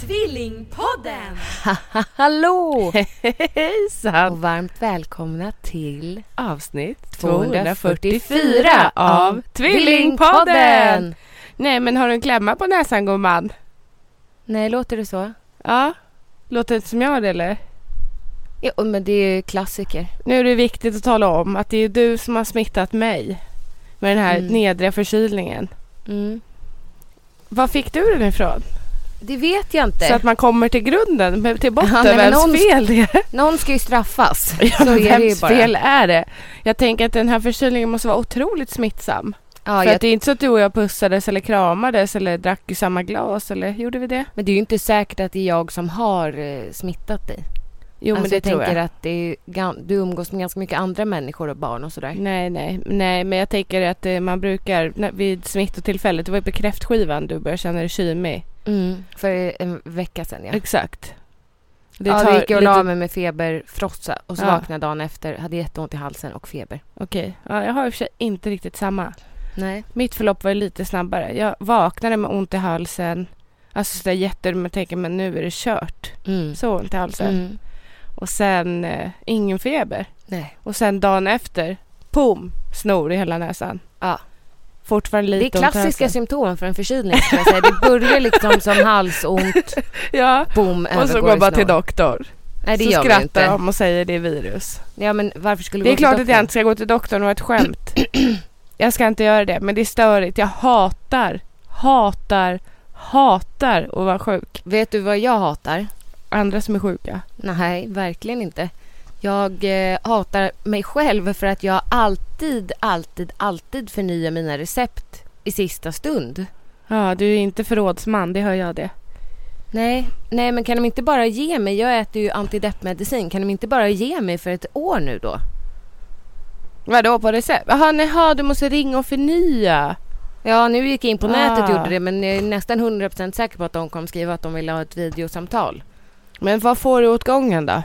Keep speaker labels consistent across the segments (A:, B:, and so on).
A: Tvillingpodden!
B: Hallå! Och
C: Hejsan!
B: varmt välkomna till
C: Avsnitt
B: 244 av Tvillingpodden!
C: Nej, men har du en klämma på näsan gumman?
B: Nej, låter det så?
C: Ja. Låter det inte som jag har det eller?
B: Jo, men det är ju klassiker.
C: Nu är det viktigt att tala om att det är du som har smittat mig med den här
B: Mm.
C: nedre förkylningen.
B: Mm.
C: Var fick du den ifrån?
B: Det vet jag inte.
C: Så att man kommer till grunden, men till botten,
B: Ja, nej, men
C: vems
B: någon-
C: fel det är.
B: Någon ska ju straffas.
C: Ja,
B: så är det ju
C: vems
B: bara.
C: fel är det? Jag tänker att den här förkylningen måste vara otroligt smittsam.
B: Ja,
C: För
B: jag...
C: att det är inte så att du och jag pussades eller kramades eller drack i samma glas eller gjorde vi det?
B: Men det är ju inte säkert att det är jag som har eh, smittat dig.
C: Jo
B: alltså,
C: men det
B: jag
C: tror
B: tänker
C: jag.
B: att det är gan- du umgås med ganska mycket andra människor och barn och sådär.
C: Nej, nej, nej, men jag tänker att eh, man brukar när- vid smittotillfället, det var ju på kräftskivan du började känna dig kymig.
B: Mm. För en vecka sedan, ja.
C: Exakt. Det
B: ja,
C: tar
B: då gick jag och
C: lite-
B: la mig med feberfrossa och så
C: Ja.
B: vaknade dagen efter, hade jätteont i halsen och feber.
C: Okej, ja, jag har i och för sig inte riktigt samma.
B: Nej.
C: Mitt förlopp var ju lite snabbare. Jag vaknade med ont i halsen, alltså sådär jätte, men tänker men nu är det kört.
B: Mm.
C: Så ont i halsen.
B: Mm.
C: Och sen eh, ingen feber.
B: Nej.
C: Och sen dagen efter, pom, snor i hela näsan.
B: Ja.
C: Fortfarande lite
B: Det är klassiska
C: ont i
B: symptomen för en förkylning. skulle Jag säga. Det börjar liksom som halsont,
C: halsen. Ja,
B: boom,
C: och så
B: övergår
C: går
B: i
C: bara till
B: snor.
C: doktorn.
B: Nej, det
C: så
B: gör man ju
C: skrattar
B: inte.
C: de och säger det är virus.
B: Ja, men varför skulle du
C: Det är
B: gå till
C: klart att jag
B: doktorn?
C: inte ska gå till doktorn, det var ett skämt. jag ska inte göra det, men det är störigt. Jag hatar, hatar, hatar att vara sjuk.
B: Vet du vad jag hatar?
C: Andra som är sjuka.
B: Nej, verkligen inte. Jag eh, hatar mig själv för att jag alltid, alltid, alltid förnyar mina recept i sista stund.
C: Ja, du är inte förrådsman, det hör jag det.
B: Nej, nej men kan de inte bara ge mig? Jag äter ju antideppmedicin. Kan de inte bara ge mig för ett år nu då?
C: Vadå på recept? Jaha, nej, ha, du måste ringa och förnya.
B: Ja, nu gick jag in på nätet och
C: Ah.
B: gjorde det men jag är nästan 100% säker på att de kom skriva att de ville ha ett videosamtal.
C: Men vad får du åt gången då?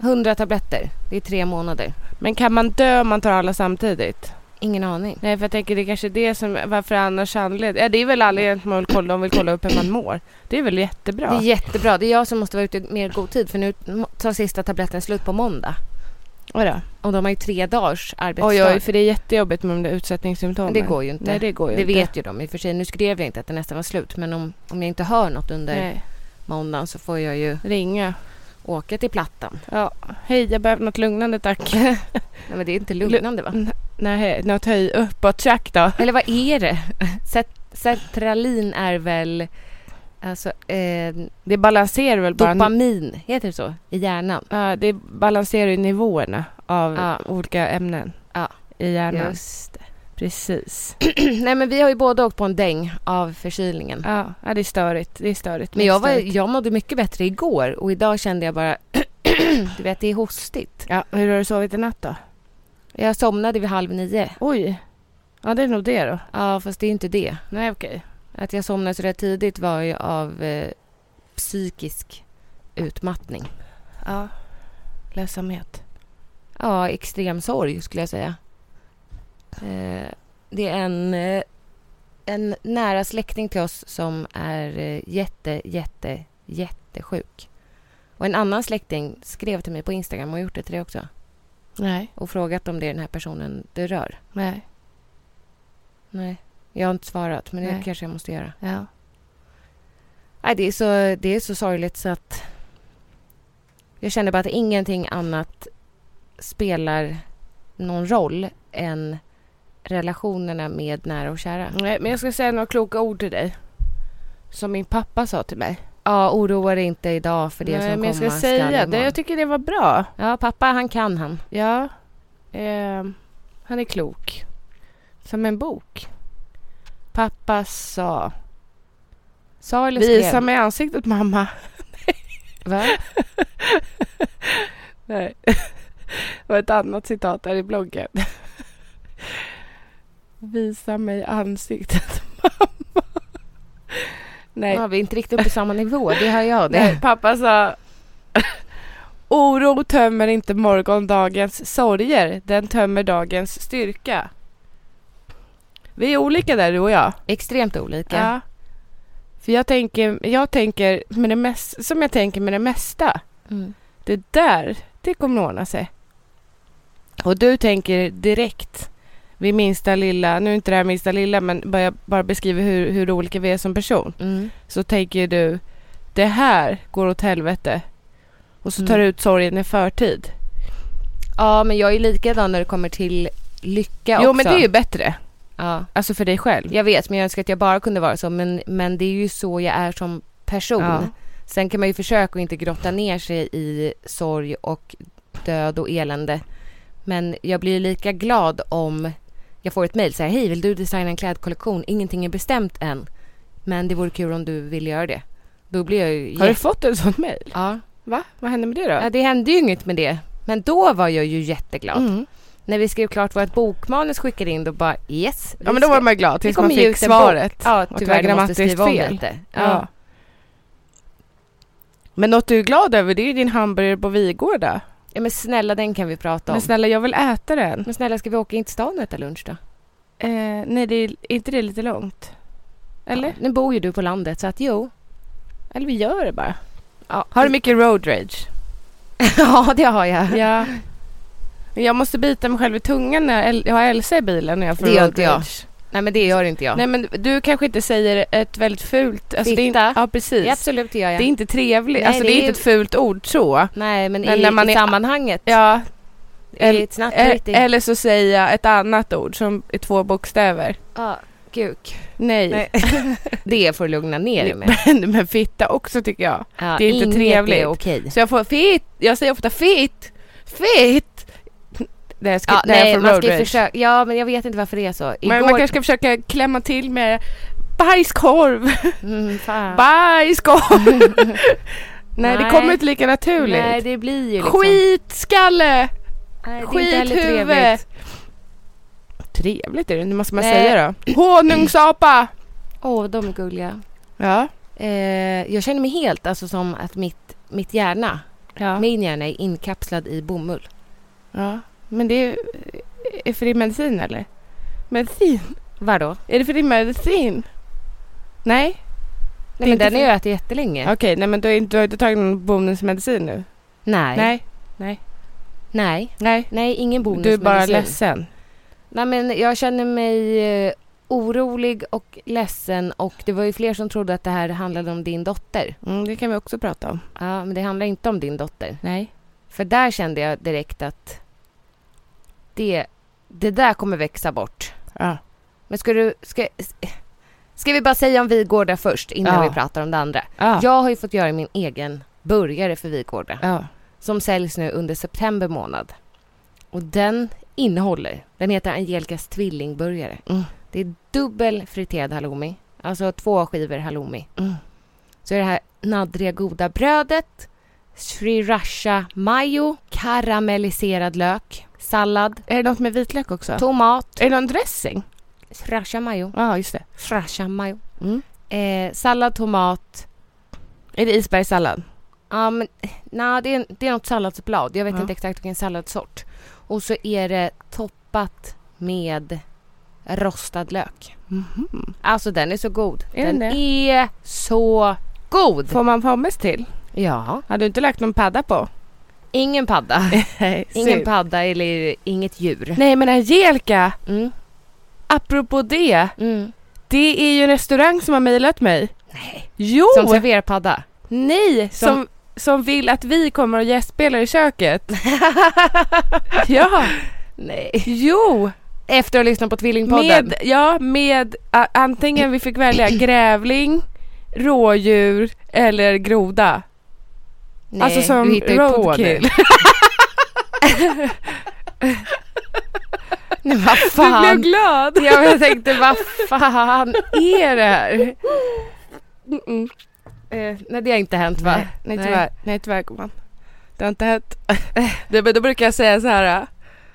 B: 100 tabletter. Det är tre månader.
C: Men kan man dö om man tar alla samtidigt?
B: Ingen aning.
C: Nej, för jag tänker det är kanske det som, varför annars anledning? Ja, det är väl anledningen att man vill kolla, de vill kolla upp hur man mår. Det är väl jättebra.
B: Det är jättebra. Det är jag som måste vara ute i mer god tid för nu tar sista tabletten slut på måndag.
C: Vadå?
B: Och de har ju tre dagars arbetsdag.
C: Oj, oj, för det är jättejobbigt med de där utsättningssymptomen.
B: Men det går ju inte.
C: Nej, det går ju
B: Det
C: inte.
B: vet ju de i och för sig. Nu skrev jag inte att det nästan var slut men om, om jag inte hör något under
C: Nej,
B: måndagen så får jag ju
C: ringa.
B: åka till Plattan.
C: Ja, hej, jag behöver något lugnande tack.
B: Nej men det är inte lugnande va?
C: Nej, hej, något höj uppåt tjack då.
B: Eller vad är det? Cet- Sertralin är väl alltså, eh,
C: Det balanserar väl bara...
B: dopamin, heter det så, i hjärnan?
C: Ja, det balanserar ju nivåerna av
B: Ja.
C: olika ämnen
B: Ja.
C: i hjärnan.
B: Just det.
C: Precis.
B: Nej men vi har ju båda åkt på en däng av förkylningen.
C: Ja, ja, det är störigt. Det är störigt.
B: Men jag, var,
C: Mycket störigt.
B: jag mådde mycket bättre igår och idag kände jag bara, du vet det är hostigt.
C: Ja, hur har du sovit i natt då?
B: Jag somnade vid halv nio.
C: Oj. Ja, det är nog det då.
B: Ja fast det är inte det.
C: Nej, okej.
B: Att jag somnade så där tidigt var ju av eh, psykisk utmattning.
C: Ja. Ledsamhet.
B: Ja, extrem sorg skulle jag säga. Eh, det är en eh, en nära släkting till oss som är eh, jätte, jätte, jättesjuk. Och en annan släkting skrev till mig på Instagram och gjort det till dig också
C: Nej,
B: och frågat om det är den här personen det rör.
C: nej,
B: Nej, jag har inte svarat, men det
C: Nej.
B: kanske jag måste göra.
C: ja.
B: Nej, det är så, det är så sorgligt så att... Jag känner bara att ingenting annat spelar någon roll än relationerna med nära och kära.
C: Nej, men jag ska säga några kloka ord till dig. Som min pappa sa till mig.
B: Ja, oroa dig inte idag för det
C: Nej,
B: som
C: men jag
B: komma
C: ska säga det.
B: imorgon.
C: Jag tycker det var bra.
B: Ja, pappa han kan han.
C: Ja. Ehm, han är klok. Som en bok. Pappa sa.
B: Sa eller skrev?
C: Visa mig ansiktet mamma.
B: Va?
C: Nej. Det var ett annat citat där i bloggen. Visa mig ansiktet mamma. Nej.
B: Ja, vi är inte riktigt på samma nivå, det hör jag. Det.
C: Nej, pappa sa Oro tömmer inte morgondagens sorger, den tömmer dagens styrka. Vi är olika där du och jag.
B: Extremt olika.
C: Ja. För jag tänker, jag tänker med det mest, som jag tänker med det mesta.
B: Mm.
C: Det där, det kommer att ordna sig. Och du tänker direkt vid minsta lilla, nu är inte det här minsta lilla men bara, jag bara beskriver hur, hur olika vi är som person
B: Mm.
C: så tänker du det här går åt helvete och så tar
B: Mm.
C: du ut sorgen i förtid.
B: ja, men jag är likadan när det kommer till lycka också.
C: jo men det är ju bättre,
B: ja.
C: alltså för dig själv.
B: Jag vet, men jag önskar att jag bara kunde vara så. Men, men det är ju så jag är som person.
C: Ja.
B: Sen kan man ju försöka att inte grotta ner sig i sorg och död och elände. Men jag blir ju lika glad om jag får ett mejl så här, hej vill du designa en klädkollektion? Ingenting är bestämt än, men det vore kul om du vill göra det. Då blir jag ju...
C: Har du
B: jätte-
C: fått en sån mail?
B: ja.
C: Va? Vad hände med det då?
B: ja, det hände ju inget med det. Men då var jag ju jätteglad.
C: Mm.
B: När vi skrev klart vårt bokmanus skickade in, då bara yes. vi
C: Ja men då
B: ska-
C: var man glad
B: det
C: tills man
B: kommer ju
C: fick
B: ut en
C: svaret.
B: Ja,
C: det var
B: tyvärr, du måste
C: grammatiskt
B: skriva om det
C: fel.
B: lite. Ja.
C: Ja. Men något du är glad över det är ju din hamburgare på Vigårda.
B: ja, men snälla den kan vi prata om.
C: Men snälla jag vill äta den.
B: Men snälla, ska vi åka in till stan och äta lunch då?
C: Mm. Eh, nej det är är inte det lite långt? Eller?
B: Ja, nu bor ju du på landet, så att jo.
C: Eller vi gör det bara.
B: Ja,
C: Har du mycket road rage?
B: ja det har jag.
C: Ja. Men Jag måste bita mig själv i tungan när jag, El- jag har Elsa i bilen när jag får
B: Det gör
C: road
B: inte jag.
C: rage.
B: Nej, men det gör inte jag.
C: Nej men du kanske inte säger ett väldigt fult... Alltså, det är inte,
B: Fitta.
C: ja precis.
B: Ja, absolut, det gör jag.
C: Det är inte trevligt.
B: Nej,
C: alltså det
B: det
C: är
B: är
C: inte ett fult ord så.
B: Nej, men,
C: Men
B: i,
C: när man
B: i
C: är-
B: sammanhanget.
C: Ja.
B: Eller,
C: el-
B: it's not
C: el-
B: pretty.
C: Eller så säger jag ett annat ord som är två bokstäver.
B: ja, kuk.
C: Nej.
B: Nej. Det får du lugna ner dig med.
C: men, men fitta också tycker jag.
B: Ja,
C: Det är inte
B: inget
C: trevligt.
B: är okej.
C: Så jag får fit. Jag säger ofta fit. Fit. När jag ska,
B: Ja,
C: när
B: nej,
C: jag får
B: man
C: road
B: ska ju
C: rage.
B: försöka. Ja, men jag vet inte varför det är så. Igår...
C: Men man kanske ska försöka klämma till med bajskorv.
B: Mm, fan.
C: Bajskorv! Nej, det
B: Nej.
C: kommer inte lika naturligt.
B: Nej, det blir ju liksom...
C: Skitskalle!
B: Nej, det är inte heller
C: Skithuvud!
B: trevligt.
C: Trevligt är det, nu måste man
B: Nej.
C: säga då. Honungsapa!
B: Åh, de är gulliga.
C: Ja.
B: Eh, jag känner mig helt alltså som att mitt, mitt hjärna,
C: Ja.
B: min hjärna är inkapslad i bomull.
C: ja. Men det är, är för din medicin eller? Medicin?
B: Vadå?
C: Är det för din medicin? Nej?
B: Nej, men
C: inte
B: den har
C: för-
B: jag ätit jättelänge.
C: Okej, nej men du har inte, du har inte tagit någon bonusmedicin nu?
B: Nej. Nej.
C: Nej.
B: Nej.
C: Nej.
B: Nej, ingen
C: Du är
B: bonusmedicin.
C: bara ledsen.
B: Nej, men jag känner mig eh, orolig och ledsen och det var ju fler som trodde att det här handlade om din dotter.
C: Mm, det kan vi också prata om.
B: Ja, men det handlar inte om din dotter.
C: Nej.
B: För där kände jag direkt att det, det där kommer växa bort.
C: Ja.
B: Men ska du... Ska, ska vi bara säga om Vigårda först innan
C: Ja.
B: vi pratar om det andra?
C: Ja.
B: Jag har ju fått göra min egen burgare för Vigårda
C: ja.
B: som säljs nu under september månad. Och den innehåller, den heter Angelicas tvillingburgare.
C: Mm.
B: Det är dubbel friterad halloumi, alltså två skivor halloumi.
C: Mm.
B: Så är det här naddriga goda brödet, sriracha mayo, karamelliserad lök, sallad,
C: Är det något med vitlök också?
B: tomat,
C: är det någon dressing?
B: sriracha mayo,
C: Ja, ah, just det.
B: sriracha mayo,
C: Mm.
B: eh, sallad, tomat,
C: Är det isbergssallad?
B: Ja, men nej, det, är, det är något salladsblad. Jag vet
C: Ja.
B: inte exakt vilken salladssort. Och så är det toppat med rostad lök.
C: Mhm.
B: Alltså den är så god.
C: Är
B: den
C: den det?
B: är så god!
C: Får man pommes till?
B: Ja.
C: Har du inte lagt någon padda på?
B: Ingen padda.
C: Nej,
B: Ingen padda eller inget djur.
C: Nej men Angelica,
B: Mm.
C: apropå det.
B: Mm.
C: Det är ju en restaurang som har mejlat mig.
B: Nej.
C: Jo!
B: Som serverar padda.
C: Nej! Som, som, vill att vi kommer och gästspelar i köket. ja!
B: Nej.
C: Jo!
B: Efter att ha lyssnat på Tvillingpodden.
C: Med, ja, med a, antingen vi fick välja grävling, rådjur eller groda.
B: Nej,
C: alltså som
B: du hittar ju på nu.
C: roadkill.
B: Nej, vad
C: Du
B: fan.
C: blev glad!
B: Ja, men jag tänkte vad fan är det här?
C: Mm-mm.
B: Eh, nej det har inte hänt va?
C: Nej, nej, tyvärr. Nej, tyvärr gumman. Det har inte hänt. det, men då brukar jag säga så här. äh,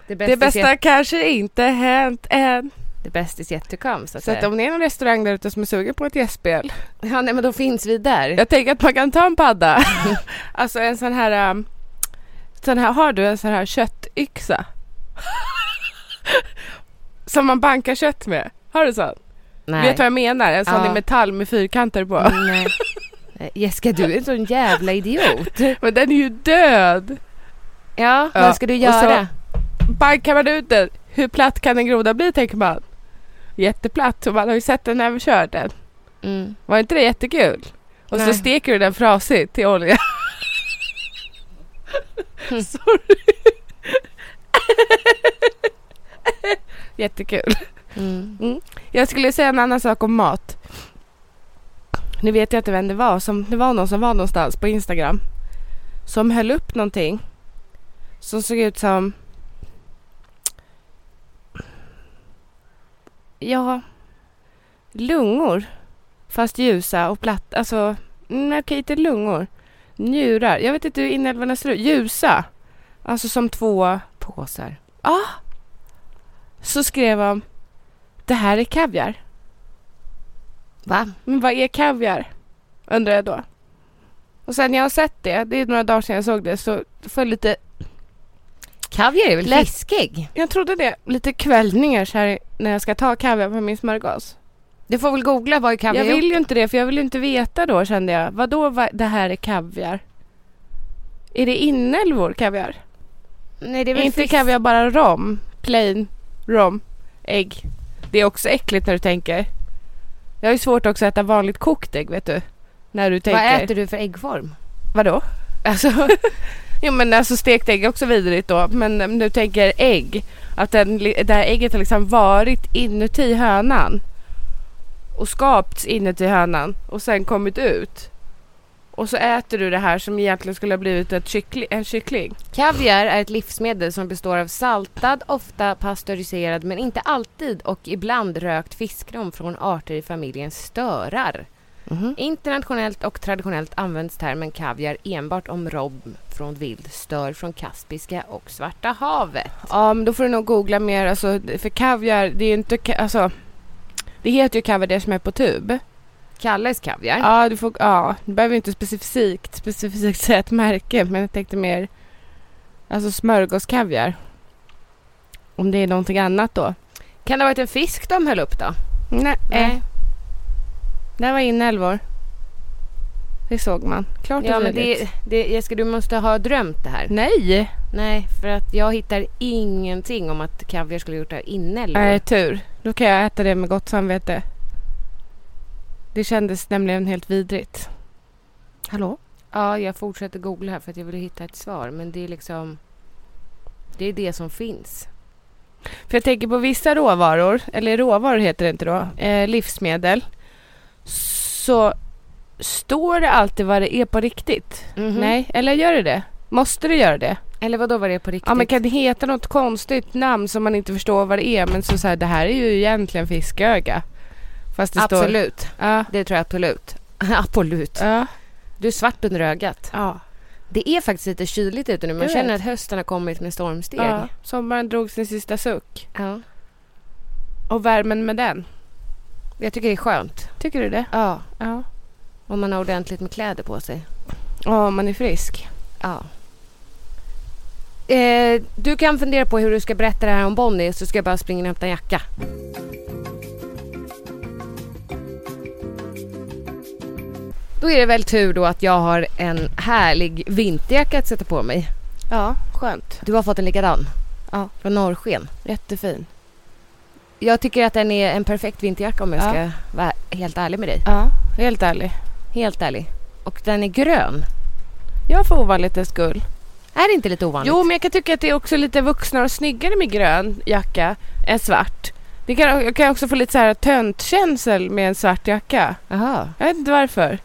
B: Det
C: det
B: bästa,
C: bästa kanske inte hänt än.
B: det bästa is yet to come så att
C: Så att
B: säga.
C: om det är någon restaurang där ute som är sugen på ett gästspel.
B: Ja nej men då finns vi där.
C: Jag tänker att man kan ta en padda. alltså en sån här, um, sån här, har du en sån här köttyxa? som man bankar kött med. Har du sån?
B: nej.
C: Vet du vad jag menar? En sån
B: Ja. Mm.
C: i metall med fyrkanter på.
B: Nej. Nej, Jessica du är en sån jävla idiot.
C: Men den är ju död!
B: Ja,
C: Ja,
B: vad ska du
C: och
B: göra?
C: Bankar man ut den, hur platt kan en groda bli tänker man? Jätteplatt, och man har ju sett den när vi kör den.
B: Mm.
C: Var inte det jättekul? Och så
B: Nej.
C: steker du den frasigt till olja.
B: Mm.
C: Sorry. Jättekul.
B: Mm.
C: Jag skulle säga en annan sak om mat. Nu vet jag inte vem det var. Som, det var någon som var någonstans på Instagram. Som höll upp någonting. Som såg ut som... Ja... Lungor. Fast ljusa och platta. Alltså... Nej, okej, inte lungor. Njurar. Jag vet inte hur inälvorna ser ut. Ljusa. Alltså som två...
B: Påsar.
C: Så skrev han... Det här är kaviar.
B: Va?
C: Men vad är kaviar? Undrar jag då. Och sen när jag har sett det, det är några dagar sedan jag såg det, så får jag lite,
B: Kaviar är väl
C: Lätt-
B: fiskig?
C: jag trodde det, lite kvällningar så här när jag ska ta kaviar på min smörgås.
B: Du får väl googla vad är kaviar
C: jag vill ju inte det för jag vill ju inte veta då kände jag. Vadå va, det här är kaviar? Är det inälvor kaviar?
B: Nej det är
C: Är
B: väl
C: inte
B: fisk.
C: kaviar bara rom? Plain rom, ägg. Det är också äckligt när du tänker. Jag har ju svårt också att äta vanligt kokt ägg vet du. När du tänker.
B: Vad äter du för äggform?
C: Vadå? Alltså, jo men alltså stekt ägg är också vidrigt då. Men om du tänker ägg. Att den, li- det här ägget har liksom varit inuti hönan. Och skapts inuti hönan. Och sen kommit ut. Och så äter du det här som egentligen skulle ha blivit ett kyckli, en kyckling.
B: Kaviar är ett livsmedel som består av saltad, ofta pastöriserad men inte alltid och ibland rökt fiskrom från arter i familjen störar. Mhm. Internationellt och traditionellt används termen kaviar enbart om robb från vild stör från Kaspiska och Svarta havet.
C: Ja men då får du nog googla mer. Alltså, för kaviar, det är ju inte... ka- Alltså, det heter ju kaviar det som är på tub.
B: Kalles kaviar.
C: Ja, du, får, ja, du behöver ju inte specifikt, specifikt säga ett märke, men jag tänkte mer alltså smörgåskaviar. Om det är någonting annat då.
B: Kan det ha varit en fisk de höll upp då?
C: Nej,
B: Nej.
C: det var inälvor. Det såg man. Klart
B: Ja
C: och
B: men
C: tydligt.
B: det, det, Jessica du måste ha drömt det här.
C: Nej!
B: Nej för att jag hittar ingenting om att kaviar skulle ha gjort det här inälvor.
C: Nej, tur. Då kan jag äta det med gott samvete. Det kändes nämligen helt vidrigt. Hallå?
B: Ja, jag fortsätter googla här för att jag vill hitta ett svar. Men det är liksom... Det är det som finns.
C: För jag tänker på vissa råvaror, eller råvaror heter det inte då, eh, livsmedel. Så står det alltid vad det är på riktigt?
B: Nej.
C: Nej, eller gör det det? Måste det göra det?
B: Mhm. Eller vadå var det på riktigt?
C: Ja men kan det heta något konstigt namn som man inte förstår vad det är men så, så här, det här är ju egentligen fisköga. Fast det står...
B: absolut.
C: Ja.
B: Det tror jag absolut. absolut.
C: Ja.
B: Du är svart under ögat.
C: Ja.
B: Det är faktiskt lite kyligt ute nu. Man
C: Jag
B: känner
C: vet.
B: att hösten har kommit med stormsteg.
C: ja. Sommaren drog sin sista suck.
B: Ja.
C: Och värmen med den.
B: Jag tycker det är skönt.
C: Tycker du det?
B: Ja.
C: Ja.
B: Om man har ordentligt med kläder på sig.
C: Ja, om man är frisk.
B: Ja. Eh, du kan fundera på hur du ska berätta det här om Bonnie så ska jag bara springa och hämta en jacka. Då är det väl tur då att jag har en härlig vinterjacka att sätta på mig.
C: Ja, skönt.
B: Du har fått en likadan?
C: Ja.
B: Från norrsken?
C: Jättefin.
B: Jag tycker att den är en perfekt vinterjacka om jag
C: Ja.
B: ska vara helt ärlig med dig.
C: Ja, helt ärlig.
B: Helt ärlig. Och den är grön.
C: Jag får ovanlighetens skull.
B: Är det inte lite ovanligt?
C: Jo, men jag kan tycka att det är också lite vuxnare och snyggare med grön jacka än svart. Det kan, jag kan också få lite så här töntkänsel med en svart jacka.
B: Aha.
C: Jag vet inte varför.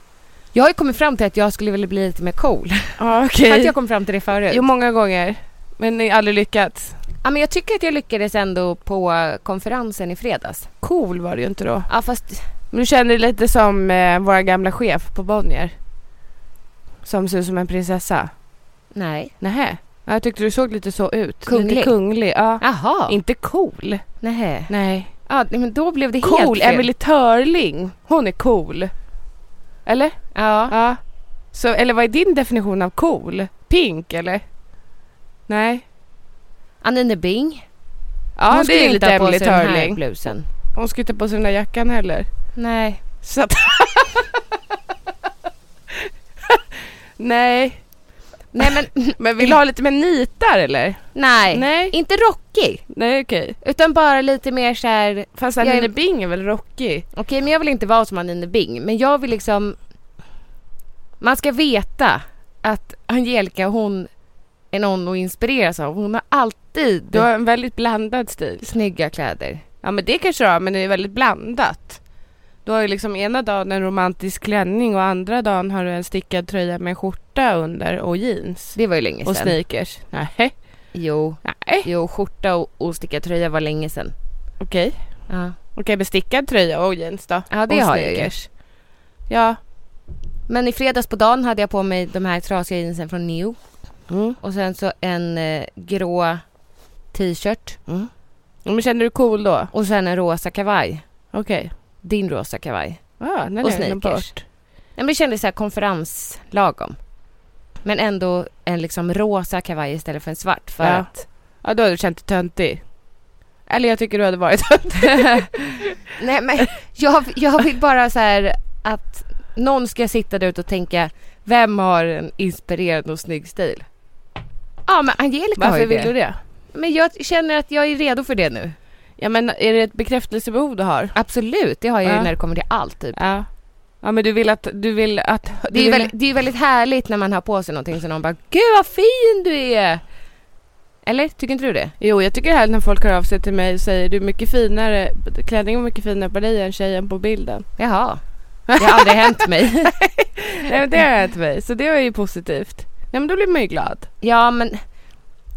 B: Jag har ju kommit fram till att jag skulle vilja bli lite mer cool.
C: Ja,
B: Har
C: okej.
B: inte jag kommit fram till det förut?
C: Jo, många gånger. Men ni har aldrig lyckats.
B: Ja, men jag tycker att jag lyckades ändå på konferensen i fredags.
C: Cool var det ju inte då.
B: Ja, fast
C: Men du känner dig lite som eh, vår gamla chef på Bonnier. Som ser ut som en prinsessa.
B: nej.
C: Nähä. Ja, Jag tyckte du såg lite så ut. Lite
B: Kunglig.
C: kunglig. Ja.
B: Jaha.
C: Inte cool.
B: nej.
C: Nej.
B: Ja, nej, men då blev det helt
C: Cool.
B: fel.
C: Emily Törling. Hon är cool. Eller?
B: Ja.
C: Ja. Så, eller vad är din definition av cool? Pink eller? Nej.
B: Anine Bing.
C: Ja,
B: Hon
C: det
B: skulle
C: är
B: inte
C: inte
B: ha på
C: Emily
B: sig den här
C: Törling.
B: blusen.
C: Hon ska inte på sig den där jackan heller.
B: Nej.
C: Så att... Nej.
B: Nej, men Mm.
C: Men vill du ha lite mer nitar eller?
B: nej.
C: Nej.
B: Inte rockig.
C: Nej okej.
B: Utan bara lite mer så här...
C: Fast
B: Jag är-
C: Anine Bing är väl rockig?
B: Okej, men jag vill inte vara som Anine Bing. Men jag vill liksom... Man ska veta att Angelica, hon är någon att inspireras av. Hon har alltid
C: Du har en väldigt blandad stil.
B: snygga kläder.
C: Ja men det kanske du har, men det är väldigt blandat. Du har ju liksom ena dagen en romantisk klänning och andra dagen har du en stickad tröja med en skjorta under och jeans.
B: Det var ju länge sedan.
C: Och sneakers. Nej.
B: Jo,
C: Nej.
B: jo skjorta och, och stickad tröja var länge sedan.
C: Okej.
B: Ja.
C: Okej, med stickad tröja och jeans då?
B: Ja, det
C: och
B: har jag ju.
C: sneakers. Ja.
B: Men i fredags på dagen hade jag på mig de här trasiga jeansen från Neo.
C: Mm.
B: Och sen så en eh, grå t-shirt.
C: Mm. Men känner du cool då?
B: Och sen en rosa kavaj.
C: Okej.
B: Din rosa kavaj.
C: Ja, den
B: Och
C: är
B: sneakers.
C: den bort.
B: Nej, men det kändes så här konferenslagom. Men ändå en liksom rosa kavaj istället för en svart. För
C: Ja.
B: att,
C: Ja, då hade du känt dig töntig. Eller jag tycker du hade varit töntig.
B: nej men jag, jag vill bara så här att någon ska sitta där ute och tänka vem har en inspirerande och snygg stil? Ja men Angelica har ju
C: Varför
B: det.
C: vill du det?
B: Men jag känner att jag är redo för det nu.
C: Ja, men är det ett bekräftelsebehov du har?
B: Absolut, det har jag ju
C: Ja.
B: när det kommer till allt. Typ.
C: Ja. Ja, men du vill att... Du vill att du
B: Det är, ju
C: vill...
B: väldigt, det är ju väldigt härligt när man har på sig någonting som någon bara Gud vad fin du är! Eller? Tycker inte du det?
C: Jo, jag tycker det är härligt när folk hör av sig till mig och säger du är mycket finare, klänningen är mycket finare på dig än tjejen på bilden.
B: Jaha. Det har aldrig hänt mig.
C: Nej, men det har hänt mig, så det var ju positivt. Nej, men då blir man ju glad.
B: Ja men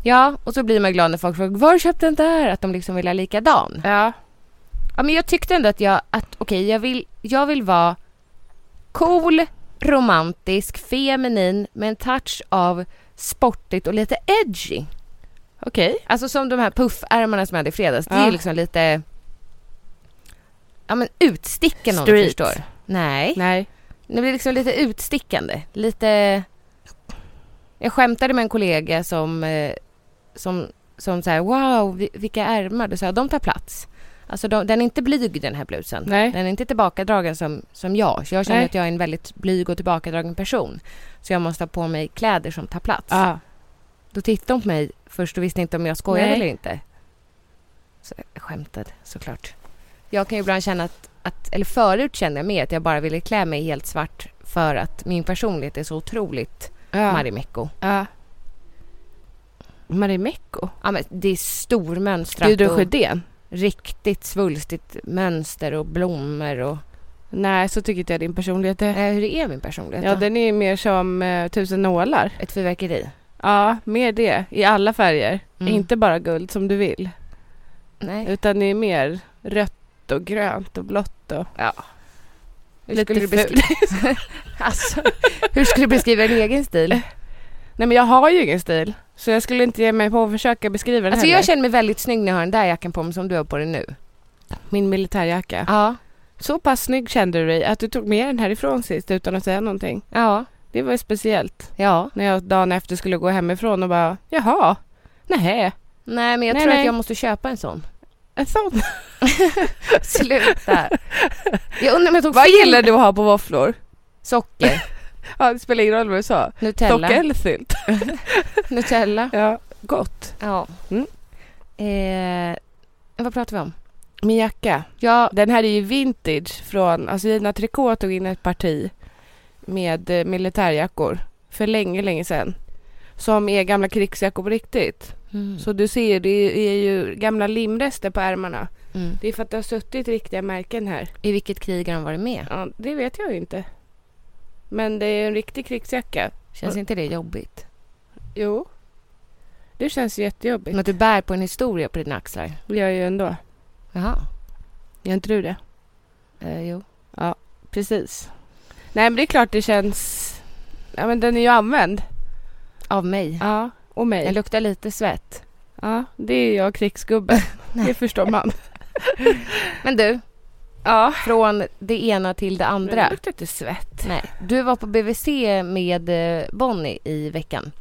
B: Ja, och så blir man glad när folk frågar var har du köpt den där? Att de liksom vill ha likadan.
C: Ja.
B: Ja men jag tyckte ändå att jag, att okej jag vill, jag vill vara cool, romantisk, feminin med en touch av sportigt och lite edgy.
C: Okej.
B: Alltså som de här puffärmarna som jag hade i fredags. Det
C: Ja.
B: är ju liksom lite... Ja men utstickande om du
C: Street.
B: förstår. Nej.
C: Nej.
B: Det blir liksom lite utstickande. Lite... Jag skämtade med en kollega som... eh, Som, som så här, wow vi- vilka ärmar. Då sa jag, de tar plats. Alltså de, den är inte blyg den här blusen.
C: Nej.
B: Den är inte tillbakadragen som, som jag. Så jag känner
C: Nej.
B: att jag är en väldigt blyg och tillbakadragen person. Så jag måste ha på mig kläder som tar plats.
C: Ja.
B: Då tittade hon på mig först och visste inte om jag skojade
C: Nej.
B: eller inte. Så jag skämtade såklart. Jag kan ju ibland känna att, att, eller förut kände jag mer att jag bara ville klä mig helt svart för att min personlighet är så otroligt
C: ja.
B: Marimekko.
C: ja. Marimekko?
B: Ja, men det är stormönstrat
C: Gudrun
B: och
C: Sjödén?
B: riktigt svulstigt mönster och blommor och...
C: Nej, så tycker inte jag din personlighet är.
B: Eh, hur är min personlighet
C: Ja,
B: då?
C: den är ju mer som eh, tusen nålar.
B: Ett fyrverkeri?
C: Ja, mer det. I alla färger.
B: Mm.
C: Inte bara guld som du vill.
B: Nej.
C: Utan det är mer rött och grönt och blått och...
B: Ja. Hur
C: Lite
B: skulle, du
C: fult.
B: beskriva... alltså, hur skulle du beskriva din egen stil?
C: Nej men jag har ju ingen stil. Så jag skulle inte ge mig på att försöka beskriva den
B: Alltså
C: heller.
B: jag känner mig väldigt snygg när jag har den där jackan på mig som du har på dig nu.
C: Min militärjacka.
B: Ja.
C: Så pass snygg kände du dig att du tog med den härifrån sist utan att säga någonting.
B: Ja.
C: Det var ju speciellt.
B: Ja.
C: När jag dagen efter skulle gå hemifrån och bara jaha, nej,
B: Nej, men jag
C: Nej,
B: tror
C: nej.
B: att jag måste köpa en sån.
C: en sån.
B: Sluta. Jag undrar om jag tog
C: Vad
B: fel.
C: gillar du att ha på våfflor?
B: Socker,
C: Ja, det spelar ingen roll vad du sa.
B: Nutella,
C: Sockersylt.
B: Nutella.
C: Ja, gott.
B: Ja.
C: Mm.
B: Eh, vad pratar vi om?
C: Min jacka.
B: Ja,
C: Den här är ju vintage från, alltså Gina Tricot tog in ett parti med eh, militärjackor för länge, länge sedan. Som är gamla krigsjackor på riktigt.
B: mm.
C: Så du ser, det är ju gamla limrester på ärmarna.
B: Mm.
C: Det är för att det har suttit riktiga märken här.
B: i vilket krig har de varit med?
C: Ja, det vet jag ju inte. Men det är en riktig krigsjacka.
B: Känns inte det jobbigt?
C: Jo. Det känns jättejobbigt.
B: Men att du bär på en historia på dina axlar?
C: Det gör jag ju ändå.
B: Jaha,
C: Gör inte du det?
B: eh, jo.
C: Precis. Nej, men det är klart det känns... Ja, men den är ju använd.
B: Av mig.
C: Ja, och mig.
B: Jag luktar lite svett.
C: Ja, det är jag krigsgubbe. det förstår man.
B: Men du,
C: Ja.
B: från det ena till det andra.
C: Det luktar inte svett.
B: Nej. Du var på BVC med eh, Bonnie i veckan.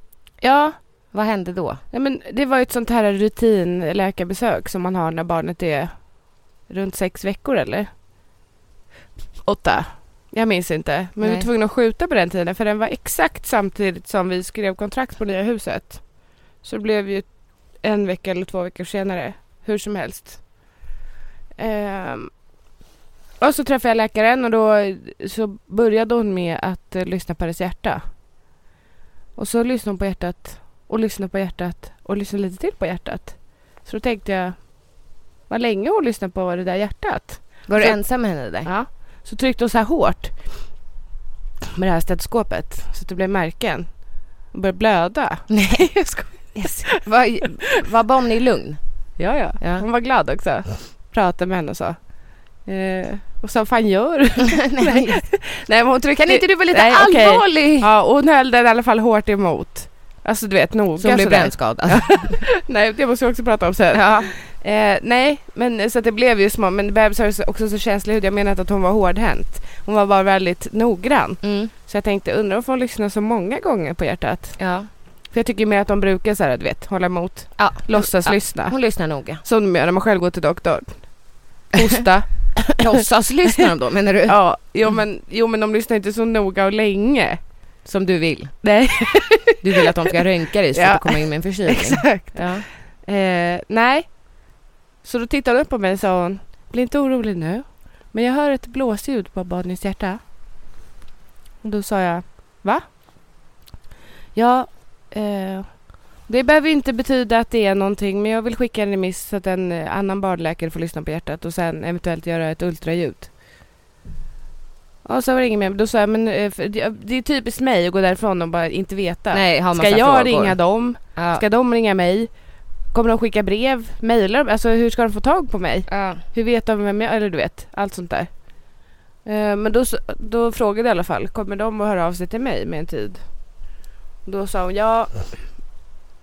C: Ja,
B: Vad hände då?
C: nej, men det var ju ett sånt här rutinläkarbesök som man har när barnet är runt sex veckor eller? Åtta. Jag minns inte. Men vi
B: Nej.
C: var tvungna att skjuta på den tiden för den var exakt samtidigt som vi skrev kontrakt på nya huset. Så det blev ju en vecka eller två veckor senare. Hur som helst. Ehm, och så träffade jag läkaren och då så började hon med att eh, lyssna på hennes hjärta. Och så lyssnade hon på hjärtat och lyssnade på hjärtat och lyssnade lite till på hjärtat. Så då tänkte jag, vad länge hon lyssnade på det där hjärtat.
B: Var du
C: Så-
B: ensam med henne där?
C: Ja. Så tryckte hon så här hårt med det här stetoskopet så att det blev märken. Och började blöda.
B: Nej, jag skojar. Var, var Bonnie lugn?
C: Ja, ja.
B: Ja.
C: Hon var glad också. Pratade med henne och sa. Eh, och sa, vad fan gör du?
B: Nej.
C: Nej, men hon tryckte...
B: Kan inte du vara lite
C: Nej, okej.
B: allvarlig?
C: Ja, och hon höll den i alla fall hårt emot. Alltså du vet, noga
B: Som blev
C: sådär.
B: brännskadad.
C: Nej, det måste vi också prata om sen. Eh, nej, men så att det blev ju små, men bebisar är så- också så känslig hud. Jag menar inte att hon var hårdhänt. Hon var bara väldigt noggrann.
B: Mm.
C: Så jag tänkte, undrar om hon lyssnar så många gånger på hjärtat?
B: Ja.
C: För jag tycker ju mer att de brukar så här, du vet, hålla emot,
B: Ja.
C: låtsas
B: Ja.
C: lyssna.
B: Hon lyssnar noga.
C: Som de gör när man själv går till doktorn. Hosta.
B: Låtsas lyssnar de då menar du?
C: ja, jo
B: Mm.
C: men, jo men de lyssnar inte så noga och länge.
B: Som du vill.
C: Nej,
B: Du vill att de ska röntga dig så
C: Ja.
B: att du kommer in med en förkylning.
C: exakt.
B: Ja.
C: Eh, nej. Så då tittade hon upp på mig och sa hon, bli inte orolig nu. Men jag hör ett blåsljud på Bonnies hjärta. Och då sa jag, va? Ja, eh, det behöver ju inte betyda att det är någonting men jag vill skicka en remiss så att en eh, annan barnläkare får lyssna på hjärtat och sen eventuellt göra ett ultraljud. Och så var det inget mer. Då sa jag, men eh, för det det är typiskt mig att gå därifrån och bara inte veta.
B: Nej, har
C: Ska
B: massa
C: jag
B: frågor.
C: ringa dem?
B: Ja.
C: Ska de ringa mig? Kommer de skicka brev? Mejlar de? Alltså hur ska de få tag på mig?
B: Ja.
C: Hur vet de vem jag Eller du vet, allt sånt där. Eh, Men då, s- då frågade jag i alla fall, kommer de att höra av sig till mig med en tid? Då sa hon ja,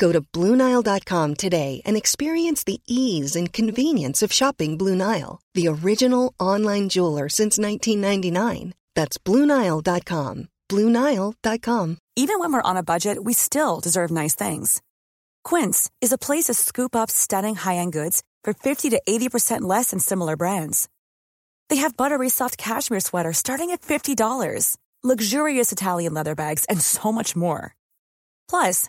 D: Go to BlueNile.com today and experience the ease and convenience of shopping Blue Nile, the original online jeweler since 1999. That's BlueNile.com. BlueNile.com.
E: Even when we're on a budget, we still deserve nice things. Quince is a place to scoop up stunning high-end goods for 50 to 80% less than similar brands. They have buttery soft cashmere sweaters starting at $50, luxurious Italian leather bags, and so much more. Plus,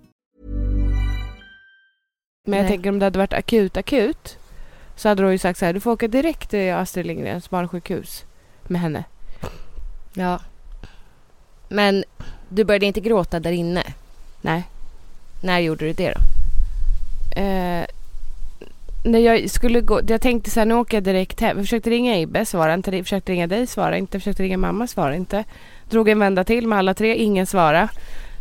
C: Men jag
B: Nej.
C: tänker om det hade varit akut akut så hade de ju sagt så här, du får åka direkt till Astrid Lindgrens barnsjukhus med henne.
B: Ja. Men du började inte gråta där inne?
C: Nej.
B: När gjorde du det då?
C: Eh, när jag skulle gå, jag tänkte så här, nu åker jag direkt hem. Jag försökte ringa Ibbe, svara inte. Jag försökte ringa dig, svara inte. Jag försökte ringa mamma, svara inte. Drog en vända till med alla tre, ingen svara.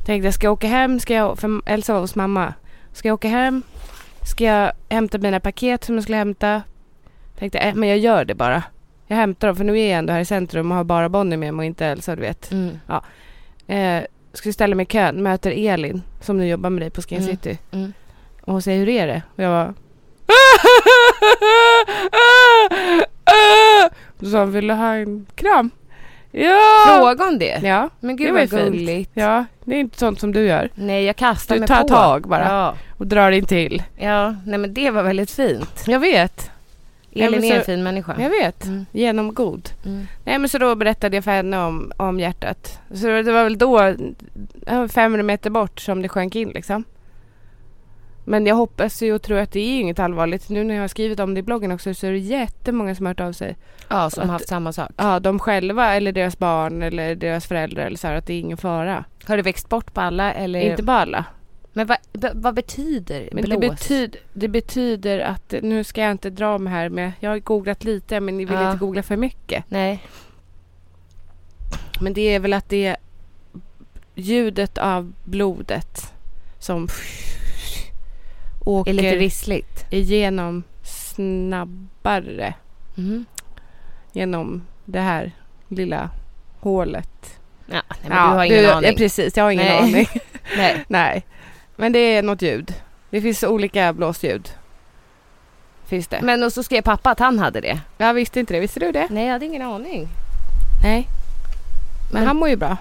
C: Tänkte, ska jag åka hem? Ska jag, för Elsa var hos mamma. Ska jag åka hem? Ska jag hämta mina paket som jag skulle hämta? Tänkte, eh, men jag gör det bara. Jag hämtar dem, för nu är jag ändå här i centrum och har bara Bonnie med mig och inte Elsa, du vet.
B: Mm.
C: Eh, skulle ställa mig i kön, möter Elin som nu jobbar med dig på Skin
B: Mm.
C: City.
B: Mm.
C: Och hon säger hur är det? Och jag bara... Då sa hon, vill du ha en kram? Ja!
B: Fråga om det?
C: Ja,
B: Men
C: det
B: gud
C: var ju
B: vad
C: fint.
B: gulligt.
C: ja, det är inte sånt som du gör.
B: Nej, jag kastar
C: Du
B: mig
C: tar
B: på.
C: tag bara.
B: Ja.
C: Och drar in till.
B: ja, nej men det var väldigt fint.
C: Jag vet, Ja, men
B: Elin är en
C: så-
B: fin människa.
C: jag vet.
B: Mm.
C: Genomgod.
B: Mm.
C: Nej men så då berättade jag för henne om, om hjärtat. Så det var väl då, ja, 500 meter bort, som det sjönk in liksom. Men jag hoppas ju och tror att det är ju inget allvarligt. Nu när jag har skrivit om det i bloggen också så är det jättemånga som har hört av sig.
B: Ja, som
C: Att-
B: har haft samma sak.
C: Ja, de själva eller deras barn eller deras föräldrar eller så här, att det är ingen fara.
B: Har du växt bort på alla eller?
C: Inte på alla.
B: Men vad, be- vad betyder
C: Men det,
B: blås?
C: betyd, det betyder att, nu ska jag inte dra mig här med, jag har googlat lite men ni vill
B: Ja.
C: inte googla för mycket.
B: Nej.
C: Men det är väl att det är ljudet av blodet som
B: Är lite
C: åker
B: rissligt.
C: igenom snabbare
B: Mm.
C: genom det här lilla hålet.
B: Ja, nej, men du har ingen aning.
C: Ja, precis, jag har ingen
B: Nej.
C: aning.
B: Nej.
C: Nej, men det är något ljud. Det finns olika blåsljud. Finns det?
B: Men och så skrev pappa att han hade det.
C: Jag visste inte det. Visste du det?
B: Nej, jag hade ingen aning.
C: Nej. Men,
B: Men-
C: han mår ju bra.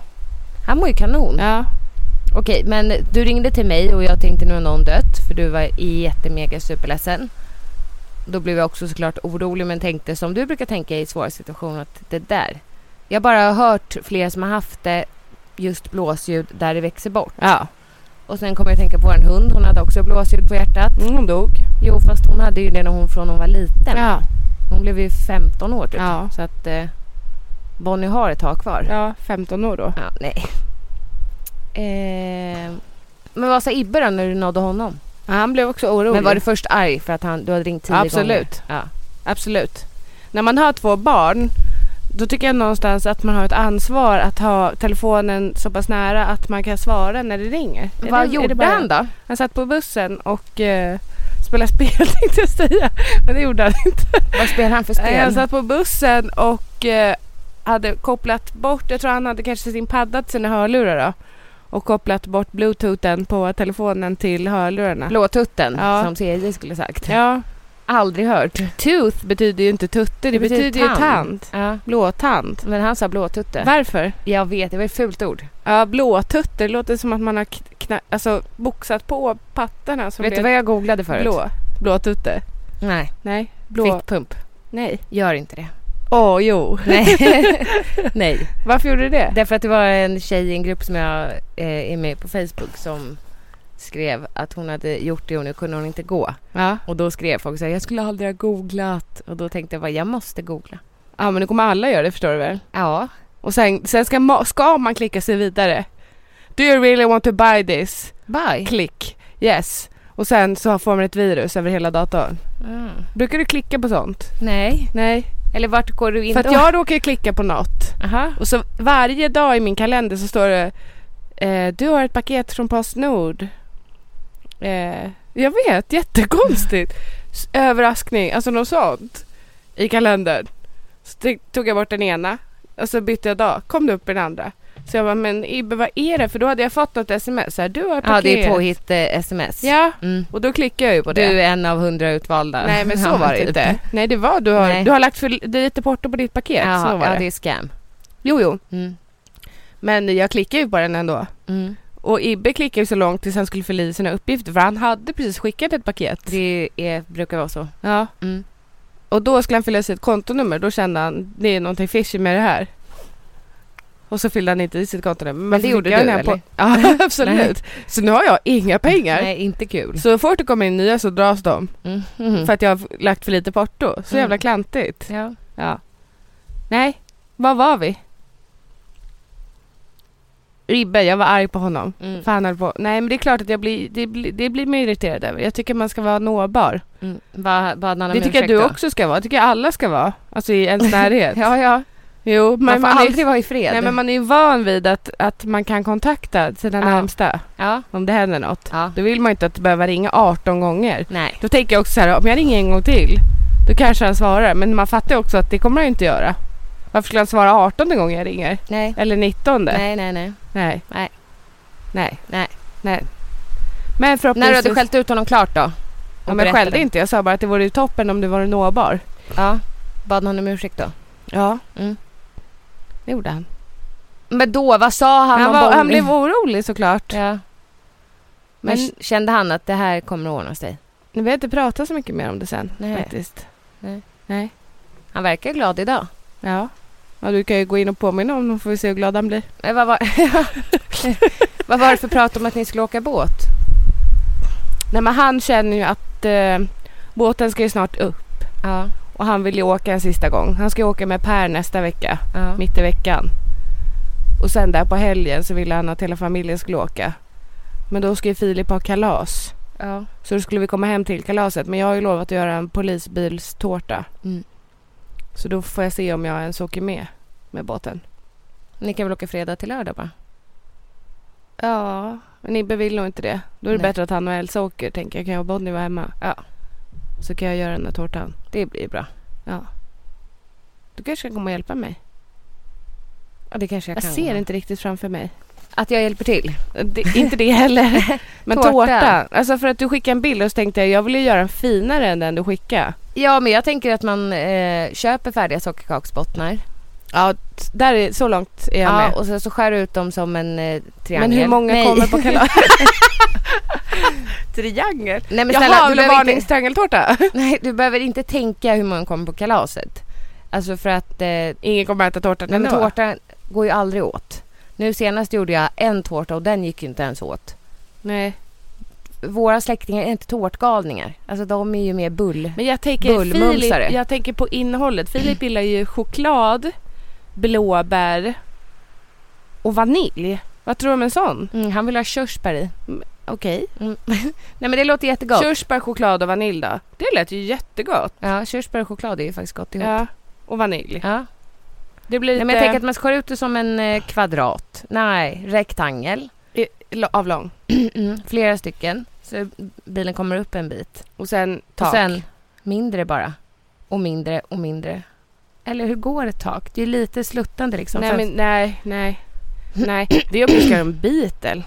B: Han mår ju kanon.
C: Ja.
B: Okej, men du ringde till mig och jag tänkte nu har någon dött för du var jättemega superledsen. Då blev jag också såklart orolig men tänkte som du brukar tänka i svåra situationer att det där. Jag bara har hört fler som har haft det just blåsljud där det växer bort.
C: Ja.
B: Och sen kommer jag tänka på vår hund, hon hade också blåsljud på hjärtat.
C: Mm, hon dog.
B: Jo fast hon hade ju det när hon, från hon var liten.
C: Ja.
B: Hon blev ju 15 år typ.
C: Ja.
B: Så att eh, Bonnie har ett tag kvar.
C: ja, 15 år då.
B: Ja, nej. Eh, men vad sa Ibbe då när du nådde honom?
C: Ja, han blev också orolig.
B: Men var du först arg för att han, du hade ringt tio gånger?
C: Absolut.
B: Ja.
C: Absolut. När man har två barn då tycker jag någonstans att man har ett ansvar att ha telefonen så pass nära att man kan svara när det ringer. Är
B: Vad
C: det- är
B: gjorde
C: det bara-
B: han då?
C: Han satt på bussen och eh, spelade spel tänkte jag säga. Men det gjorde han inte.
B: Vad spelade han för spel?
C: Nej, Han satt på bussen och eh, hade kopplat bort, jag tror han hade kanske sin padda till sina hörlurar då. Och kopplat bort bluetoothen på telefonen till hörlurarna.
B: Blåtutten,
C: Ja.
B: som CJ skulle sagt.
C: Ja,
B: Aldrig hört.
C: tooth betyder ju inte tutte, det, betyder, ju tand.
B: Ja.
C: Blåtand.
B: Men han sa blåtutte.
C: Varför?
B: Jag vet, det var ett fult ord.
C: Ja, blåtutter låter som att man har kn- kna- alltså, boxat på pattarna som
B: vet du
C: blev
B: vad jag googlade förut?
C: blå. Blåtutte.
B: Nej.
C: Nej. Blå.
B: Fickpump.
C: Nej.
B: Gör inte det.
C: Åh, jo.
B: Nej. Nej.
C: Varför gjorde du det?
B: Därför att det var en tjej i en grupp som jag eh, är med på Facebook som skrev att hon hade gjort det och nu kunde hon inte gå.
C: Ja.
B: Och då skrev folk så här, jag skulle aldrig ha googlat. Och då tänkte jag bara, jag måste googla.
C: ja, men det kommer alla göra det förstår du väl?
B: Ja.
C: Och sen, sen ska, ma- ska man klicka sig vidare. Do you really want to buy this?
B: Bye.
C: Klick. Yes. Och sen så får man ett virus över hela datorn.
B: Mm.
C: Brukar du klicka på sånt?
B: Nej.
C: Nej.
B: Eller vart går du in
C: För
B: då?
C: att jag råkar ju klicka på något.
B: Aha.
C: Och så varje dag i min kalender så står det eh, Du har ett paket från Postnord. Eh, jag vet, jättekonstigt. S- Överraskning, alltså något sånt i kalendern. Så t- tog jag bort den ena och så bytte jag dag. Kom det upp den andra. Så jag bara, men Ibbe vad är det? För då hade jag fått något sms. Så här, du har
B: Ja, det är
C: parkerat."
B: påhitt-sms.
C: Ja,
B: Mm.
C: och då klickar jag ju på
B: Du
C: det.
B: är en av hundra utvalda.
C: Nej men så
B: Ja,
C: var det
B: typ.
C: inte. Nej det var du har,
B: Nej.
C: du har lagt för det är lite porto på ditt paket.
B: Ja,
C: så var
B: ja,
C: det.
B: det är scam.
C: Jo jo,
B: Mm.
C: men jag klickar ju på den ändå.
B: Mm.
C: Och Ibbe klickade ju så långt tills han skulle fylla i sina uppgifter för han hade precis skickat ett paket.
B: Det är, brukar vara så.
C: Ja.
B: Mm.
C: Och då skulle han fylla i sitt kontonummer. Då kände han det är någonting fishy med det här. Och så fyllde han inte i sitt kontonummer. Men,
B: det
C: så
B: gjorde
C: fick jag
B: du,
C: den här på-
B: eller?
C: Ja absolut. Så nu har jag inga pengar.
B: Nej, inte kul.
C: Så fort det kommer in nya så dras de.
B: Mm. Mhm.
C: För att jag har lagt för lite porto. Så
B: Mm.
C: jävla klantigt.
B: Ja.
C: Ja. Nej, vad var vi? Ribbe, jag var arg på honom.
B: Mm.
C: För han höll på. Nej men det är klart att jag blir, det, blir, det blir man irriterad över. Jag tycker man ska vara nåbar.
B: Mm. Vad bad han om
C: det tycker jag
B: ursäkt
C: du
B: då?
C: också ska vara. Det tycker jag alla ska vara. Alltså i ens närhet.
B: Ja, ja.
C: Jo, men
B: Man får
C: man,
B: aldrig
C: är,
B: vara i fred.
C: nej, men man är ju van vid att, att man kan kontakta sina
B: Ja.
C: närmsta
B: Ja.
C: om det händer något.
B: ja. Mm.
C: Då vill man ju inte att behöva ringa 18 gånger.
B: Nej.
C: Då tänker jag också så här, om jag ringer en gång till, då kanske han svarar. Men man fattar ju också att det kommer han ju inte göra. Varför skulle han svara 18 gången jag ringer?
B: Nej.
C: Eller 19?
B: Nej,
C: Nej.
B: nej, nej.
C: Nej.
B: Nej.
C: Nej.
B: Nej.
C: Nej. Men
B: När du
C: förhoppningsvis...
B: hade skällt ut honom klart då?
C: ja,
B: Och
C: men jag
B: berättade.
C: skällde inte. Jag sa bara att det vore ju toppen om du var nåbar.
B: Ja. Bad han om ursäkt då?
C: Ja.
B: Mm.
C: Det gjorde han.
B: Men då, vad sa han,
C: Han,
B: om
C: var,
B: Bonnie?
C: han blev orolig såklart.
B: Ja. Men
C: Men
B: kände han att det här kommer att ordna sig?
C: vi har inte pratat så mycket mer om det sen
B: Nej.
C: faktiskt.
B: Nej.
C: Nej.
B: Han verkar glad idag.
C: Ja. ja. Du kan ju gå in och påminna om honom får vi se hur glad han blir.
B: Men Eh, vad, var, vad var det för prat om att ni skulle åka båt?
C: Nej men han känner ju att eh, båten ska ju snart upp.
B: Ja.
C: Och han vill ju åka en sista gång. Han ska ju åka med Per nästa vecka.
B: ja.
C: mitt i veckan. Och sen där på helgen så ville han att hela familjen skulle åka. Men då ska ju Filip ha kalas.
B: ja.
C: Så då skulle vi komma hem till kalaset. Men jag har ju lovat att göra en polisbilstårta.
B: Mm.
C: Så då får jag se om jag ens åker med med båten.
B: Ni kan väl åka fredag till lördag bara?
C: Ja, men Nibbe vill nog inte det. Då är det
B: Nej.
C: bättre att han och Elsa åker tänker jag. Kan jag och Bonnie vara hemma?
B: Ja.
C: Så kan jag göra den där tårtan.
B: Det blir bra.
C: Ja. Du kanske kan komma och hjälpa mig?
B: Ja, det kanske jag,
C: Jag
B: kan.
C: ser inte riktigt framför mig.
B: Att jag hjälper till?
C: Det, inte det heller. Men
B: Tårta.
C: tårta. Alltså för att du skickade en bild och så tänkte jag jag vill ju göra en finare än den du skickade.
B: Ja, men jag tänker att man eh, köper färdiga sockerkaksbottnar.
C: Ja, t- där är, så långt är jag
B: Ja,
C: med.
B: och så, så skär du ut dem som en eh, triangel.
C: Men hur många
B: Nej.
C: kommer på kalas? Triangel?
B: Nej, men
C: Jaha,
B: snälla, du
C: vill du
B: behöver
C: ha
B: inte...
C: en triangeltårta?
B: Nej, du behöver inte tänka hur många kommer på kalaset. Alltså för att eh, nej,
C: Ingen kommer äta tårtan
B: men
C: ändå.
B: tårtan går ju aldrig åt. Nu senast gjorde jag en tårta och den gick ju inte ens åt.
C: Nej.
B: Våra släktingar är inte tårtgalningar. Alltså de är ju mer bull.
C: Men jag tänker,
B: Bullmumsare.
C: Filip, jag tänker på innehållet. Filip gillar ju choklad, blåbär och vanilj. Vad tror du om en sån?
B: Mm, han vill ha körsbär i.
C: Okej.
B: Mm. nej men det låter jättegott.
C: Körsbär, choklad och vanilj då? Det lät ju jättegott.
B: ja, körsbär och choklad är ju faktiskt gott ihop. Ja.
C: Ja. Och vanilj.
B: Ja.
C: Det blir
B: Nej, men jag tänker att man skär ut det som en eh, kvadrat. Nej, rektangel. Mm,
C: att... avlång.
B: Flera stycken. Så bilen kommer upp en bit.
C: Och sen tak.
B: Och sen mindre bara. Och mindre och mindre. Eller hur går ett tak? Det är lite sluttande liksom.
C: nej,
B: Sen-
C: men, nej, nej, nej. Det är om du ska göra en beetle.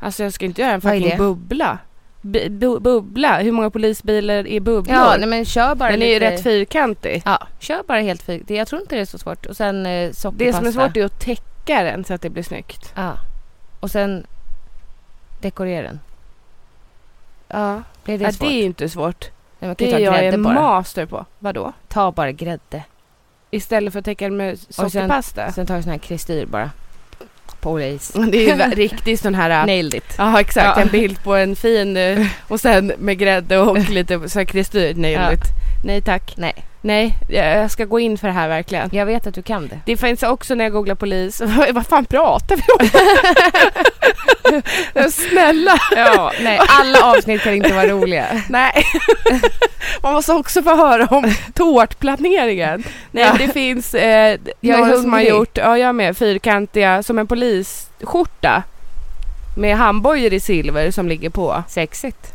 C: Alltså jag ska inte göra en
B: Vad är det?
C: fucking bubbla. Bu- bu- bubbla, hur många polisbilar är bubblor?
B: ja, nej, men kör bara
C: Den är ju
B: lite...
C: rätt fyrkantig.
B: Ja, kör bara helt fint. Jag tror inte det är så svårt. Och sen eh, sockerpasta.
C: Det som är svårt är att täcka den så att det blir snyggt.
B: Ja. Och sen dekorera den.
C: Ja,
B: Blir
C: det
B: det
C: är,
B: svårt?
C: det är ju inte svårt.
B: Nej, man kan
C: Det
B: ju ta
C: är jag
B: grädde
C: en
B: bara.
C: master på. Vadå?
B: Ta bara grädde.
C: Istället för att täcka den med
B: sen-
C: sockerpasta.
B: Sen tar du sån här kristyr bara. På olis.
C: Det är ju vä- riktigt sån här... äh,
B: Nailed it.
C: Ja exakt,
B: Ja.
C: en bild på en fin eh, och sen med grädde och lite så här kristyr. Nej,
B: Ja.
C: roligt. Nej tack.
B: Nej,
C: Nej, jag jag ska gå in för det här verkligen.
B: jag vet att du kan det.
C: Det finns också när jag googlar polis. Vad fan pratar vi om? Snälla!
B: Ja, nej, alla avsnitt kan inte vara roliga.
C: Nej. Man måste också få höra om tårtplaneringen. Nej,
B: Ja.
C: det finns eh,
B: Jag är
C: några som har
B: hungrig.
C: gjort, ja jag med, fyrkantiga som en polisskjorta. Med handbojor i silver som ligger på.
B: Sexigt.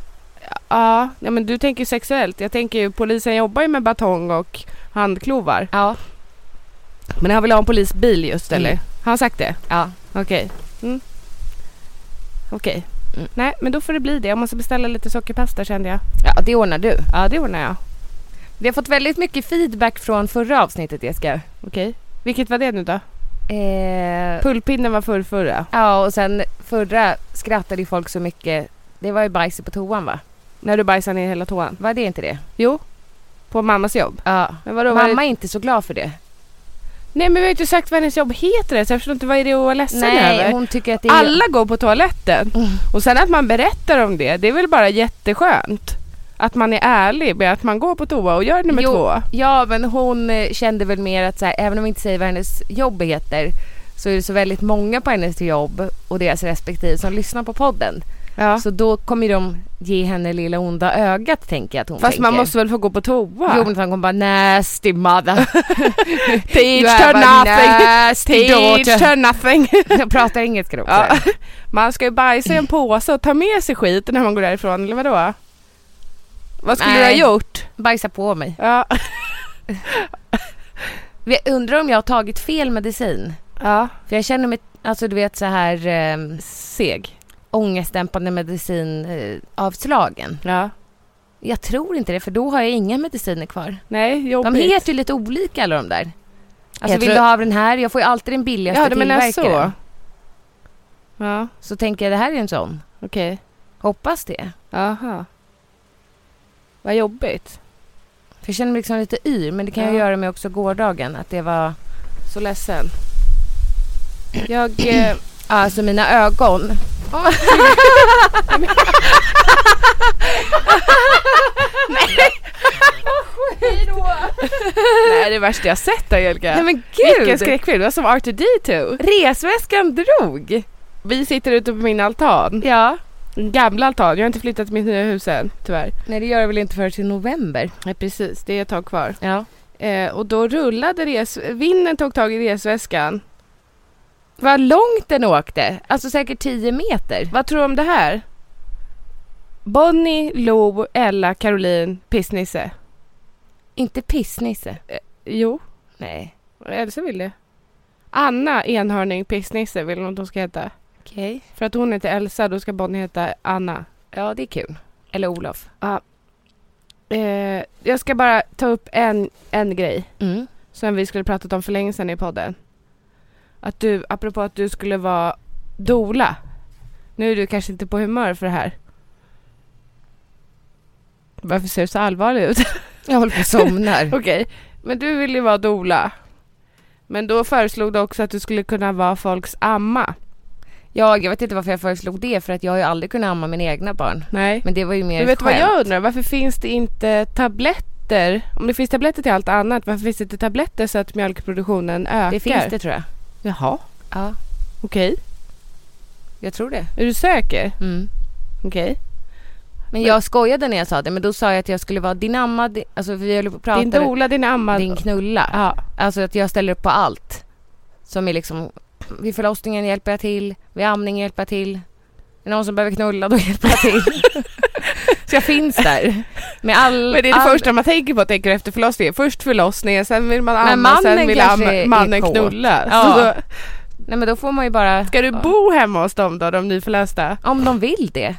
C: Ja, ja, men du tänker ju sexuellt. Jag tänker ju polisen jobbar ju med batong och handklovar.
B: Ja,
C: Men han vill ha en polisbil just eller?
B: Mm.
C: Har han sagt det?
B: ja.
C: Okej. Mm. Okej.
B: Mm.
C: Nej, men då får det bli det. Jag måste beställa lite sockerpasta kände jag.
B: Ja, det ordnar du.
C: Ja, det ordnar jag.
B: Vi har fått väldigt mycket feedback från förra avsnittet, Jessica.
C: Okej. Vilket var det nu då?
B: Eh,
C: Pullpinnen var förrförra.
B: ja, och sen förra skrattade ju folk så mycket. Det var ju bajset på toan, va?
C: När du bajsade ner hela toan.
B: Var det inte det?
C: Jo. På mammas jobb.
B: Ja.
C: Men vadå, var
B: Mamma
C: det...
B: är inte så glad för det.
C: Nej men vi har ju inte sagt vad hennes jobb heter än, så jag förstår inte vad är det hon var ledsen över.
B: Nej, hon tycker att det är...
C: Alla går på toaletten.
B: Mm.
C: Och sen att man berättar om det, det är väl bara jätteskönt. Att man är ärlig med att man går på toa och gör nummer
B: Jo.
C: två.
B: Ja, men hon eh, kände väl mer att så här, även om vi inte säger vad hennes jobb heter så är det så väldigt många på hennes jobb och deras respektive som lyssnar på podden.
C: Ja.
B: Så då kommer ju de ge henne lilla onda ögat tänker jag att hon
C: Fast
B: tänker.
C: man måste väl få gå på toa?
B: Jo men hon kommer bara nasty mother.
C: Teach
B: You
C: her
B: have a
C: nothing.
B: nasty
C: Teach
B: daughter.
C: her nothing.
B: Jag pratar engelska då.
C: Ja.
B: Ja.
C: Man ska ju bajsa i en påse och ta med sig skiten när man går därifrån, eller vadå? Vad skulle
B: Nej.
C: du ha gjort?
B: Bajsa på mig.
C: Ja.
B: Jag undrar om jag har tagit fel medicin.
C: ja.
B: För jag känner mig, alltså du vet så här eh,
C: Seg.
B: ångestdämpande medicin eh, avslagen.
C: Ja.
B: Jag tror inte det för då har jag inga mediciner kvar.
C: Nej,
B: De
C: jobbigt.
B: heter ju lite olika alla de där. Alltså
C: Jag
B: vill
C: tror-
B: du ha av den här? Jag får ju alltid den billigaste
C: Ja, alltså. du menar
B: tillverkaren.
C: så. Ja,
B: Så tänker jag det här är en sån.
C: okej.
B: Hoppas det.
C: Aha. Vad jobbigt.
B: För jag känner mig liksom lite yr men det kan jag
C: Ja.
B: göra med också gårdagen. Att det var...
C: Så ledsen. Jag... Eh,
B: Alltså mina ögon.
C: nej, det värsta jag sett Angelica.
B: Nej men
C: Vilken
B: gud!
C: skräckfilm, det var som R2D2.
B: Resväskan drog!
C: typ. Vi sitter ute på min altan.
B: Ja.
C: Min Gamla altan, jag har inte flyttat till mitt nya hus än tyvärr.
B: Nej det gör jag väl inte förrän till november.
C: Nej precis, det är ett tag kvar.
B: Ja.
C: Eh, och då rullade res... vinden tog tag i resväskan.
B: Vad långt den åkte! Alltså säkert 10 meter.
C: Vad tror du om det här? Bonnie, Lo, Ella, Caroline, Pissnisse. Eh,
B: Inte pissnisse.
C: Jo,
B: Nej.
C: Elsa vill det. Anna Enhörning Pissnisse vill hon att hon ska heta.
B: Okej.
C: För att hon heter Elsa, då ska Bonnie heta Anna.
B: Ja det är kul. Eller Olof.
C: Eh, jag ska bara ta upp en, en grej.
B: Mm.
C: som vi skulle pratat om för länge sedan i podden. Att du, apropå att du skulle vara dola. Nu är du kanske inte på humör för det här. Varför ser du så allvarlig ut?
B: Jag håller på att somnar.
C: Okej, men du ville ju vara dola. Men då föreslog du också att du skulle kunna vara folks amma.
B: Ja, jag vet inte varför jag föreslog det för att jag har ju aldrig kunnat amma mina egna barn.
C: Nej.
B: Men det var ju mer
C: Du vet
B: ett
C: vad
B: skämt.
C: jag undrar? Varför finns det inte tabletter? Om det finns tabletter till allt annat, varför finns det inte tabletter så att mjölkproduktionen ökar?
B: Det finns det tror jag.
C: Jaha,
B: Ja,
C: okej.
B: jag tror det.
C: Är du säker?
B: Mm.
C: Okej.
B: Men jag skojade när jag sa det, men då sa jag att jag skulle vara din amma, din, alltså vi höll på att prata
C: Din dola, din amma.
B: din knulla.
C: Ja.
B: Alltså att jag ställer upp på allt. Som är liksom, vid förlossningen hjälper jag till, vid amningen hjälper jag till. Är det någon som behöver knulla då hjälper jag till. Så jag finns där. Med all,
C: Men det är det
B: all,
C: första man tänker på, tänker efter förlossningen. Först förlossningen, sen vill man
B: Men
C: amma, sen
B: mannen
C: vill
B: kanske är
C: amma, mannen
B: kåt.
C: knulla.
B: Ja.
C: Så då,
B: Nej men då får man ju bara...
C: ska du bo hemma hos dem då, de nyförlösta?
B: Om de vill det.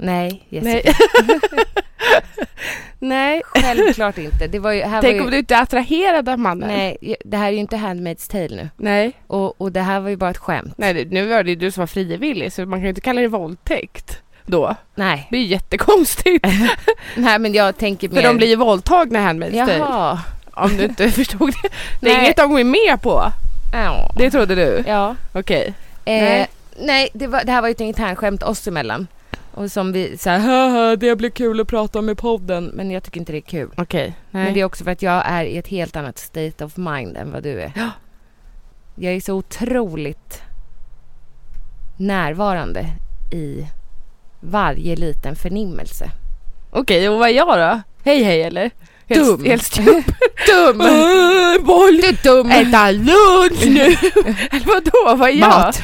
B: Nej, Jessica.
C: Nej. Nej.
B: Självklart inte. Det var ju, här
C: Tänk
B: var
C: om
B: ju,
C: du inte är attraherad av mannen?
B: Nej, det här är ju inte Handmaid's Tale nu.
C: Nej.
B: Och, och det här var ju bara ett skämt.
C: Nej, det- nu var det ju du som var frivillig, så man kan ju inte kalla det våldtäkt då.
B: Nej,
C: Det är ju jättekonstigt.
B: Nej men jag tänker mer...
C: För de blir ju våldtagna här med
B: Jaha.
C: Om du inte förstod det. Det är
B: Nej.
C: inget de går med på.
B: Ja.
C: Det trodde du?
B: Ja.
C: Okej.
B: Eh,
C: Nej.
B: nej, det, var, det här var ju ett internskämt oss emellan. Och som vi så här, haha det blir kul att prata om i podden. Men jag tycker inte det är kul.
C: Okej.
B: Men det är också för att jag är i ett helt annat state of mind än vad du är.
C: Ja.
B: Jag är så otroligt närvarande i varje liten förnimmelse.
C: Okej, och vad är jag då? Hej hej eller? Helt,
B: Dum.
C: Helt stup.
B: Dum!
C: Äh, boll!
B: Du är dum!
C: Äta lunch nu! eller vadå, vad är jag?
B: Mat.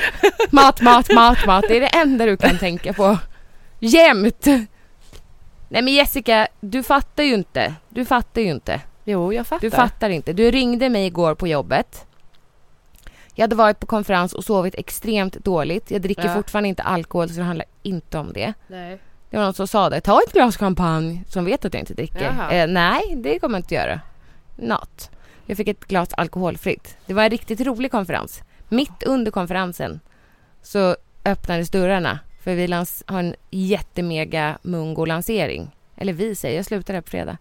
B: Mat, mat, mat, mat. Det är det enda du kan tänka på. Jämt! Nej men Jessica, du fattar ju inte. Du fattar ju inte.
C: Jo, jag fattar.
B: Du fattar inte. Du ringde mig igår på jobbet. Jag hade varit på konferens och sovit extremt dåligt. Jag dricker
C: Ja.
B: fortfarande inte alkohol så det handlar inte om det.
C: Nej.
B: Det var någon som sa det. Ta ett glas champagne som vet att jag inte dricker.
C: Jaha.
B: Eh, nej, det kommer jag inte göra. Not. Jag fick ett glas alkoholfritt. Det var en riktigt rolig konferens. Mitt under konferensen så öppnades dörrarna. För vi lans- har en jättemega Mungo-lansering. Eller vi säger, jag slutar här på fredag.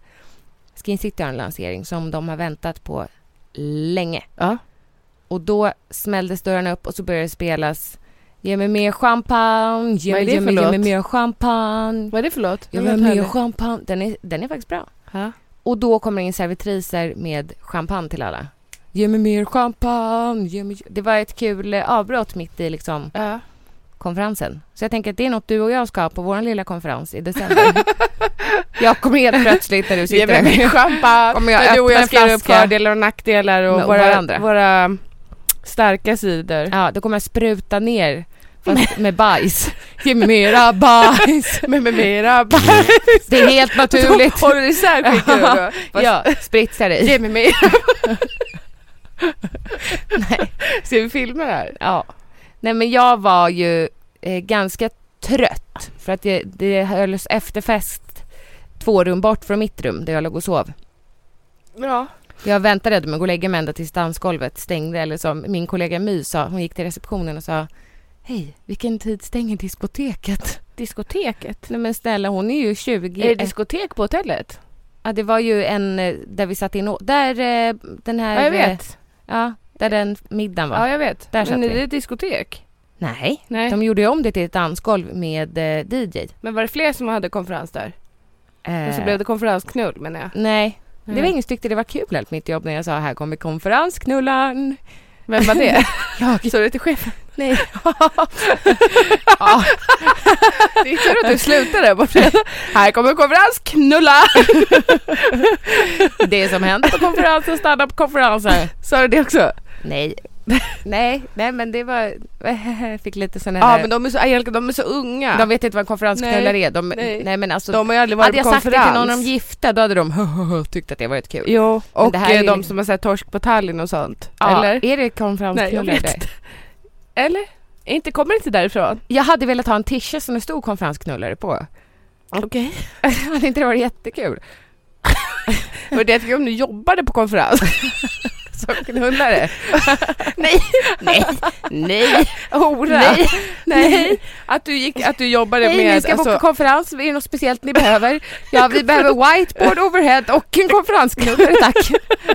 B: Skin City har en lansering som de har väntat på länge.
C: Ja.
B: Och då smälldes dörrarna upp och så började det spelas Ge mig mer champagne, ge mig,
C: Vad är det
B: ge
C: för
B: mig, ge mig
C: låt?
B: mer champagne.
C: Vad är det för låt?
B: Jag vill ha mer champagne. Den är, den är faktiskt bra.
C: Ja.
B: Och då kommer det in servitriser med champagne till alla. Ge mig mer champagne. Ge mig... Det var ett kul eh, avbrott mitt i liksom,
C: Ja.
B: konferensen. Så jag tänker att det är något du och jag ska ha på vår lilla konferens i december. jag kommer helt plötsligt när du
C: Ge
B: sitter
C: mig
B: där.
C: mer champagne.
B: Kommer jag
C: När du och
B: öppna
C: jag
B: en
C: skriver upp
B: flaska?
C: fördelar och nackdelar och,
B: Med- och
C: våra,
B: varandra.
C: våra mm, starka sidor.
B: Ja, då kommer jag spruta ner fast med bajs. Ge mig mera bajs.
C: Men med mera bajs.
B: Det är helt naturligt.
C: Håller du isär skickar du då? Fast-
B: Ja, spritsa dig.
C: Ge mig mer. Ska vi filma det här?
B: Ja. Nej men jag var ju eh, ganska trött för att det, det hölls efterfest två rum bort från mitt rum där jag låg och sov.
C: Ja.
B: Jag väntade med att gå och lägga mig ända tills dansgolvet stängde eller som min kollega My sa, hon gick till receptionen och sa Hej, vilken tid stänger diskoteket?
C: Diskoteket?
B: Nej men snälla hon är ju 20.
C: Är det diskotek på hotellet?
B: ja det var ju en eh, där vi satt in och, där eh, den här...
C: Ja, jag
B: eh,
C: vet.
B: Ja, där den middagen var.
C: Ja, jag vet.
B: Där satt
C: Men
B: vi.
C: är det ett diskotek?
B: Nej,
C: Nej.
B: de gjorde ju om det till ett dansgolv med eh, DJ.
C: Men var det fler som hade konferens där? Och så
B: Eh,
C: blev det konferensknull menar jag.
B: Nej. Det var
C: Nej.
B: ingen som tyckte det var kul allt mitt jobb när jag sa här kommer konferensknullaren.
C: Vem var det?
B: Jag.
C: Sa du till chefen?
B: Nej.
C: ja. Det är tur att du slutade där på fredag. Här kommer konferensknulla!
B: Det som händer på konferensen stannar på konferensen.
C: Sa du det också?
B: Nej. Nej, nej men det var, jag fick lite sån
C: Ja
B: här,
C: men de är så, Angelica, de är så unga.
B: Eh. de vet inte vad en konferensknullare
C: Nej,
B: är. De, nej.
C: nej.
B: men alltså,
C: De har ju aldrig varit
B: hade jag
C: på
B: sagt det
C: konferens.
B: till någon av de gifta då hade de tyckt att det varit kul.
C: Jo, och
B: det här är
C: eh,
B: ju-
C: de som har sett torsk på Tallinn och sånt.
B: Ja,
C: Eller?
B: Är det
C: Nej, jag
B: konferensknullare?
C: vet inte. Eller? Inte, kommer det inte därifrån?
B: jag hade velat ha en tisha som det stod konferensknullare på.
C: Okej.
B: hade inte det varit jättekul?
C: Och det jag tycker om du jobbade på konferens.
B: Som knullare?
C: Nej.
B: nej, nej,
C: Hora.
B: nej.
C: Nej. Att du, gick, att du jobbade
B: Hej,
C: med... alltså-
B: ni ska boka konferens. Är det något speciellt ni behöver? Ja, vi behöver whiteboard, overhead och en konferensknullare, tack.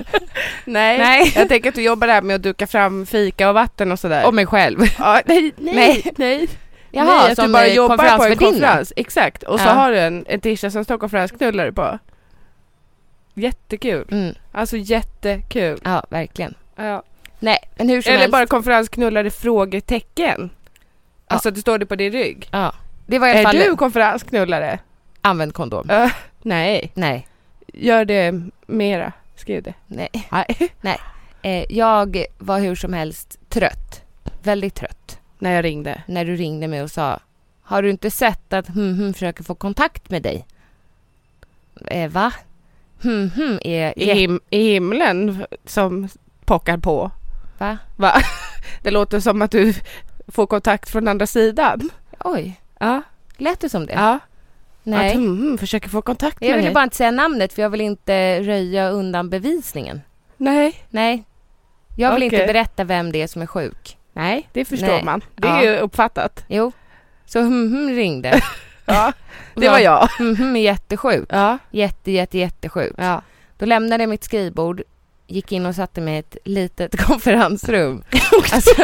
C: nej.
B: Nej.
C: Jag tänker att du jobbar där med att duka fram fika och vatten och sådär.
B: Och mig själv.
C: ja, nej,
B: Nej.
C: nej, nej.
B: Jaha,
C: nej, att
B: som
C: du bara
B: eh,
C: jobbar på en
B: konferensvärdinna.
C: konferens. Exakt. Och så
B: Ja.
C: har du en, en tisha som står konferensknullare på. Jättekul.
B: Mm,
C: Alltså jättekul.
B: ja, verkligen.
C: Ja.
B: Nej, men hur som
C: Eller
B: helst.
C: bara konferensknullare frågetecken. Alltså att det står det på din rygg.
B: Ja. Det var i alla
C: Är
B: fall...
C: du konferensknullare?
B: Använd kondom.
C: Ö, nej,
B: Nej.
C: gör det mera. Skriv det.
B: Nej.
C: Nej.
B: Eh, jag var hur som helst trött. Väldigt trött.
C: När jag ringde.
B: När du ringde mig och sa Har du inte sett att hm, hm försöker få kontakt med dig? Eh, va? Hm, hm är...
C: I, him- I himlen som pockar på.
B: Va?
C: Va? Det låter som att du får kontakt från andra sidan.
B: Oj,
C: Ja.
B: lät det som det?
C: ja.
B: Nej.
C: Att mm, försöker få kontakt med
B: Jag ville
C: dig.
B: bara inte säga namnet för jag vill inte röja undan bevisningen.
C: Nej.
B: Nej. Jag vill inte
C: Okej.
B: berätta vem det är som är sjuk.
C: Nej, det förstår
B: Nej.
C: man. Det
B: Ja.
C: är ju uppfattat.
B: Jo. Så hm, hm ringde.
C: Ja.
B: Och
C: Det
B: sa,
C: var jag.
B: Hm, hm är jättesjuk.
C: Ja.
B: Jätte, jätte, jättesjuk.
C: ja.
B: Då lämnade jag mitt skrivbord, gick in och satte mig i ett litet konferensrum. alltså,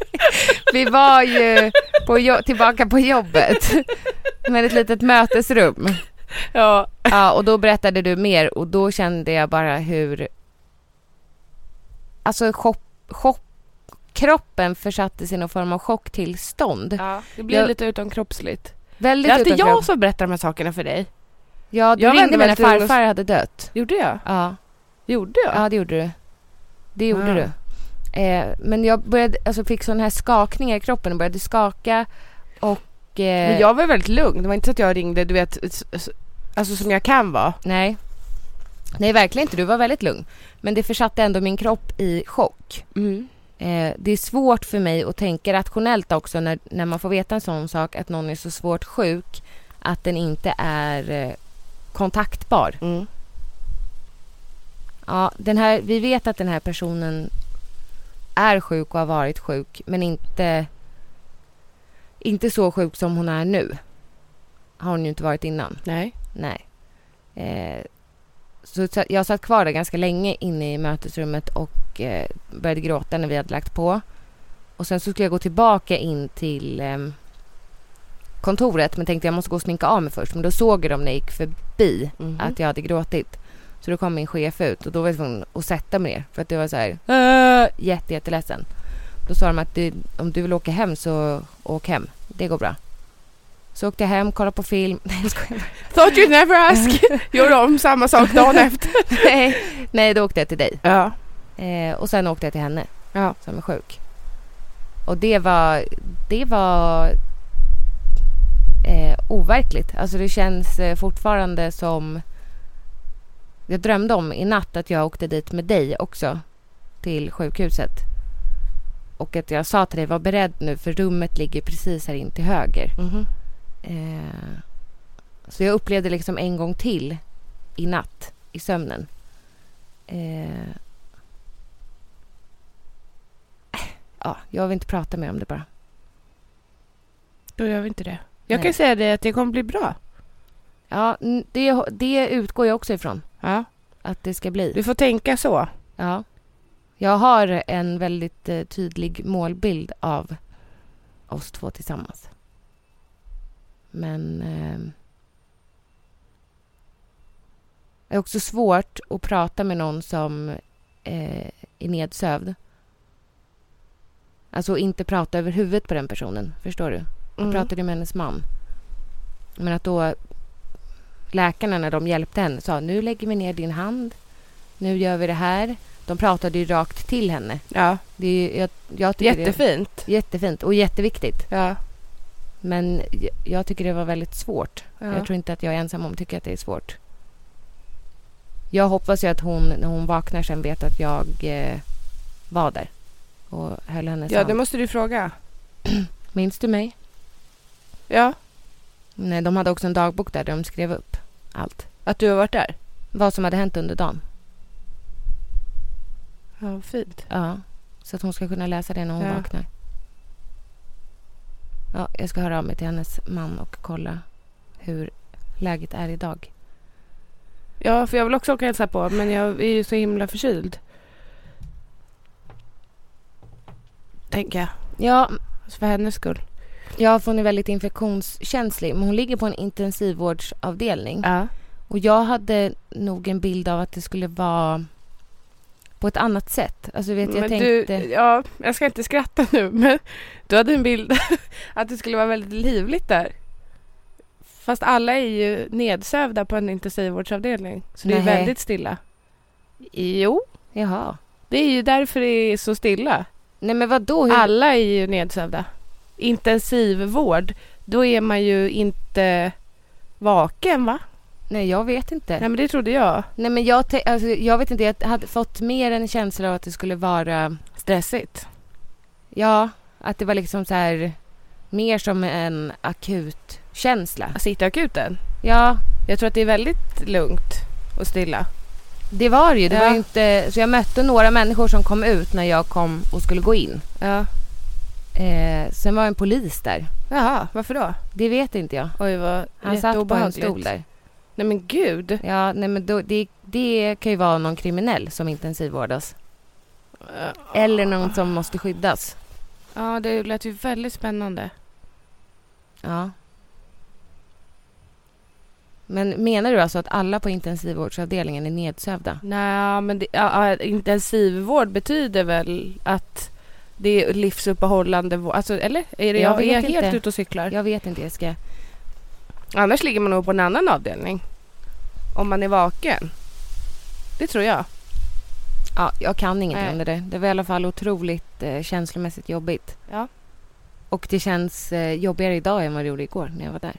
B: vi var ju på jo- tillbaka på jobbet. Men ett litet mötesrum.
C: ja.
B: Ja, och då berättade du mer och då kände jag bara hur... Alltså chock, chock, kroppen försattes i någon form av chocktillstånd.
C: Ja, det blir
B: Jag-
C: lite utomkroppsligt. Det
B: Väldigt
C: är alltid
B: utan kropp.
C: Alltså, jag som berättar de här sakerna för dig.
B: Ja, du
C: jag
B: ringde
C: vände
B: mig
C: mig
B: när
C: till Jonas-
B: farfar hade dött.
C: Gjorde jag?
B: Ja,
C: Gjorde jag?
B: ja det gjorde du. Det gjorde
C: Ah.
B: du. Eh, men jag började, alltså fick sån här skakningar i kroppen och började skaka och... Eh,
C: Men jag var väldigt lugn. Det var inte så att jag ringde, du vet, s- s- alltså som jag kan vara.
B: Nej.
C: Mm.
B: Nej, verkligen inte. Du var väldigt lugn. Men det försatte ändå min kropp i chock. Eh, Eh, det är svårt för mig att tänka rationellt också när, när man får veta en sån sak att någon är så svårt sjuk att den inte är eh, kontaktbar.
C: Mm.
B: Ja, den här, vi vet att den här personen är sjuk och har varit sjuk men inte, inte så sjuk som hon är nu. Har hon ju inte varit innan.
C: Nej.
B: Nej. Eh, så sa- jag satt kvar där ganska länge inne i mötesrummet och eh, började gråta när vi hade lagt på. Och sen så skulle jag gå tillbaka in till ehm, kontoret men tänkte jag måste gå och sminka av mig först. Men då såg jag dem när jag gick förbi
C: Mhm.
B: att jag hade gråtit. Så då kom min chef ut och då var jag tvungen att sätta mig ner för att det var så här "Äh, jätte, jätteledsen. Då sa de att du, om du vill åka hem så åk hem. Det går bra. Så åkte jag hem, kollade på film. Nej jag skojar.
C: Thought you'd never ask. Gjorde om samma sak dagen efter.
B: Nej, nej, då åkte jag till dig.
C: Ja.
B: Eh, och sen åkte jag till henne
C: Ja.
B: som är sjuk. Och det var, det var eh, overkligt. Alltså det känns eh, fortfarande som... Jag drömde om i natt att jag åkte dit med dig också till sjukhuset. Och att jag sa till dig, var beredd nu för rummet ligger precis här in till höger.
C: Mhm.
B: Eh, så jag upplevde liksom en gång till i natt, i sömnen. Eh, ja, jag vill inte prata mer om det bara.
C: Då gör vi inte det. Jag
B: Nej.
C: kan säga det att det kommer bli bra.
B: Ja, n- det, det utgår jag också ifrån
C: Ja.
B: att det ska bli.
C: Du får tänka så.
B: Ja. Jag har en väldigt eh, tydlig målbild av oss två tillsammans. Men... Eh, det är också svårt att prata med någon som eh, är nedsövd. Alltså inte prata över huvudet på den personen. Förstår du? Jag
C: Mm.
B: pratade med hennes man. Men att då läkarna när de hjälpte henne sa nu lägger vi ner din hand, nu gör vi det här. De pratade ju rakt till henne.
C: Ja.
B: Det är, ju- jag, jag tycker
C: Jättefint.
B: Det är jättefint och jätteviktigt.
C: Ja.
B: Men j- jag tycker det var väldigt svårt.
C: Ja.
B: Jag tror inte att jag är ensam om att tycka att det är svårt. Jag hoppas ju att hon, när hon vaknar sen, vet att jag eh, var där och höll hennes
C: ja,
B: hand.
C: det måste du fråga.
B: Minns du mig?
C: Ja.
B: Nej, de hade också en dagbok där, där de skrev upp allt.
C: Att du har varit där.
B: Vad som hade hänt under dagen.
C: Ja, vad fint.
B: Ja, så att hon ska kunna läsa det när hon
C: Ja.
B: vaknar. Ja, jag ska höra av mig till hennes man och kolla hur läget är idag.
C: Ja, för jag vill också åka och hälsa på men jag är ju så himla förkyld. Tänker jag.
B: Ja,
C: Alltså för hennes skull.
B: ja för hon är väldigt infektionskänslig. Men hon ligger på en intensivvårdsavdelning.
C: Ja.
B: Och jag hade nog en bild av att det skulle vara på ett annat sätt. Alltså vet jag
C: men
B: tänkte...
C: du, ja, jag ska inte skratta nu men du hade en bild att det skulle vara väldigt livligt där. Fast alla är ju nedsövda på en intensivvårdsavdelning så det är
B: Nej.
C: väldigt stilla. Jo,
B: Jaha.
C: det är ju därför det är så stilla.
B: Nej men vadå? Hur...
C: Alla är ju nedsövda. Intensivvård, då är man ju inte vaken va?
B: Nej jag vet inte.
C: Nej men det trodde jag.
B: Nej men jag, te- alltså, jag vet inte, jag hade fått mer en känsla av att det skulle vara...
C: Stressigt.
B: Ja, att det var liksom så här mer som en akut känsla.
C: Att sitta i akuten.
B: Ja,
C: Jag tror att det är väldigt lugnt och stilla.
B: det var det ju. Det var
C: Ja.
B: ju inte, så jag mötte några människor som kom ut när jag kom och skulle gå in.
C: Ja.
B: Eh, sen var en polis där.
C: Jaha, varför då?
B: Det vet inte jag.
C: Oj, vad
B: Han satt på en
C: jätteobehagligt.
B: stol där.
C: Nej men gud.
B: Ja, nej men då, det, det kan ju vara någon kriminell som intensivvårdas. Eller någon som måste skyddas.
C: Ja, det lät ju väldigt spännande.
B: Ja. Men menar du alltså att alla på intensivvårdsavdelningen är nedsövda?
C: Nej, men det, ja, ja, intensivvård betyder väl att det är livsuppehållande vård? Alltså, eller? Är, det,
B: Jag
C: jag är jag
B: vet
C: helt
B: inte.
C: ute och cyklar?
B: Jag vet inte, Jessica.
C: Annars ligger man nog på en annan avdelning. Om man är vaken. Det tror jag.
B: Ja, jag kan ingenting
C: Nej.
B: om det där. Det var i alla fall otroligt eh, känslomässigt jobbigt.
C: Ja.
B: Och det känns eh, jobbigare idag än vad det gjorde igår när jag var där.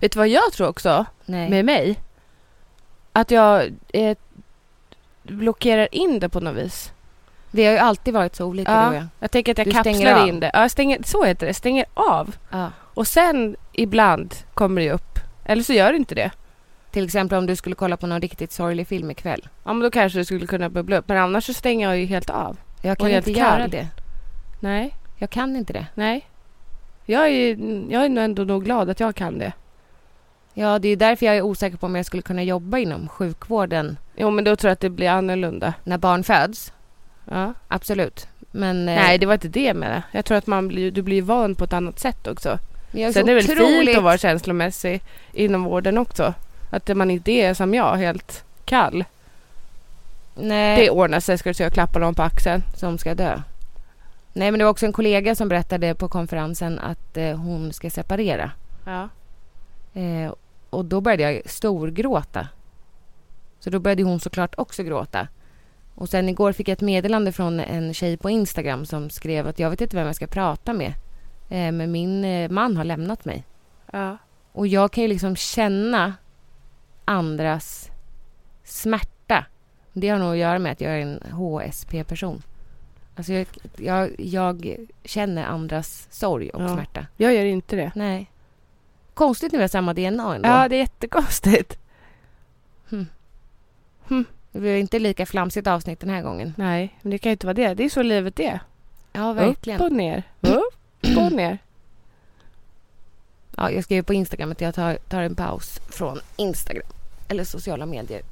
C: Vet du vad jag tror också?
B: Nej.
C: Med mig? Att jag eh, blockerar in det på något vis.
B: Vi har ju alltid varit så olika du och jag.
C: Ja, jag tänker att jag
B: Du stänger
C: kapslar
B: av.
C: in det. Ja, jag stänger, så heter det. Stänger av.
B: Ja.
C: Och sen ibland kommer det ju upp. Eller så gör det inte det.
B: Till exempel om du skulle kolla på någon riktigt sorglig film ikväll.
C: Ja, men då kanske det skulle kunna bubbla upp. Men annars så stänger jag ju helt av.
B: Jag kan
C: Och helt
B: inte göra
C: kall.
B: det.
C: Nej,
B: Jag kan inte det.
C: nej. Jag är, ju- jag är nog ändå nog glad att jag kan det.
B: Ja, det är ju därför jag är osäker på om jag skulle kunna jobba inom sjukvården
C: Jo, men då tror jag att det blir annorlunda.
B: när barn föds.
C: Ja.
B: Absolut. Men eh,
C: Nej, det var inte det jag menade. Jag tror att man blir, du blir van på ett annat sätt också.
B: men jag är
C: Sen
B: så
C: är det väl
B: otroligt...
C: fint att vara känslomässig inom vården också. Att man inte är som jag, helt kall.
B: Nej.
C: Det ordnar sig ska du se, jag klappar någon på axeln.
B: som ska dö. Nej, men det var också en kollega som berättade på konferensen att eh, hon ska separera.
C: Ja.
B: Eh, och då började jag storgråta. Så då började hon såklart också gråta. Och sen igår fick jag ett meddelande från en tjej på Instagram som skrev att jag vet inte vem jag ska prata med. Eh, men min eh, man har lämnat mig.
C: ja.
B: Och jag kan ju liksom känna andras smärta. Det har nog att göra med att jag är en HSP-person. Alltså jag, jag, jag känner andras sorg och
C: Ja.
B: smärta.
C: Jag gör inte det.
B: Nej. Konstigt när vi har samma DNA ändå.
C: Ja, det är jättekonstigt.
B: Det blir inte lika flamsigt avsnitt den här gången.
C: Nej, men det kan ju inte vara det. Det är så livet är.
B: Ja, verkligen.
C: Upp och ner. Upp och ner.
B: Ja, jag skrev på Instagram att jag tar, tar en paus från Instagram eller sociala medier.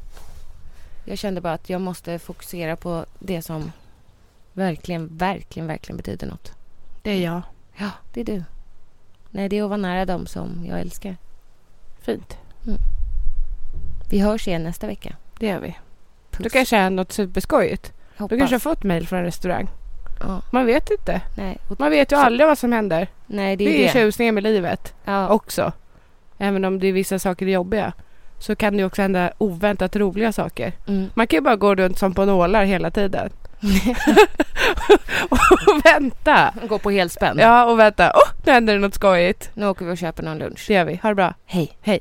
B: Jag kände bara att jag måste fokusera på det som verkligen, verkligen, verkligen betyder något.
C: Det är jag.
B: Ja, det är du. Nej, det är att vara nära dem som jag älskar. Mm.
C: Fint.
B: Vi hörs igen nästa vecka.
C: Det gör vi.
B: Puss.
C: Du kanske är något superskojigt.
B: Hoppas.
C: Du kanske har fått mejl från en restaurang.
B: Ja,
C: Man vet inte.
B: nej, och...
C: Man vet ju
B: Så-
C: aldrig vad som händer.
B: nej, det är
C: Det är
B: det.
C: tjusningen med livet
B: Ja,
C: också. Även om det är vissa saker är jobbiga så kan det ju också hända oväntat roliga saker.
B: mm.
C: Man kan ju bara gå runt som på nålar hela tiden. och vänta.
B: Gå på helspänn.
C: Ja, och vänta. Åh, nu händer det något skojigt.
B: Nu åker vi och köper någon lunch.
C: Det gör vi. Ha det bra.
B: Hej.
C: Hej.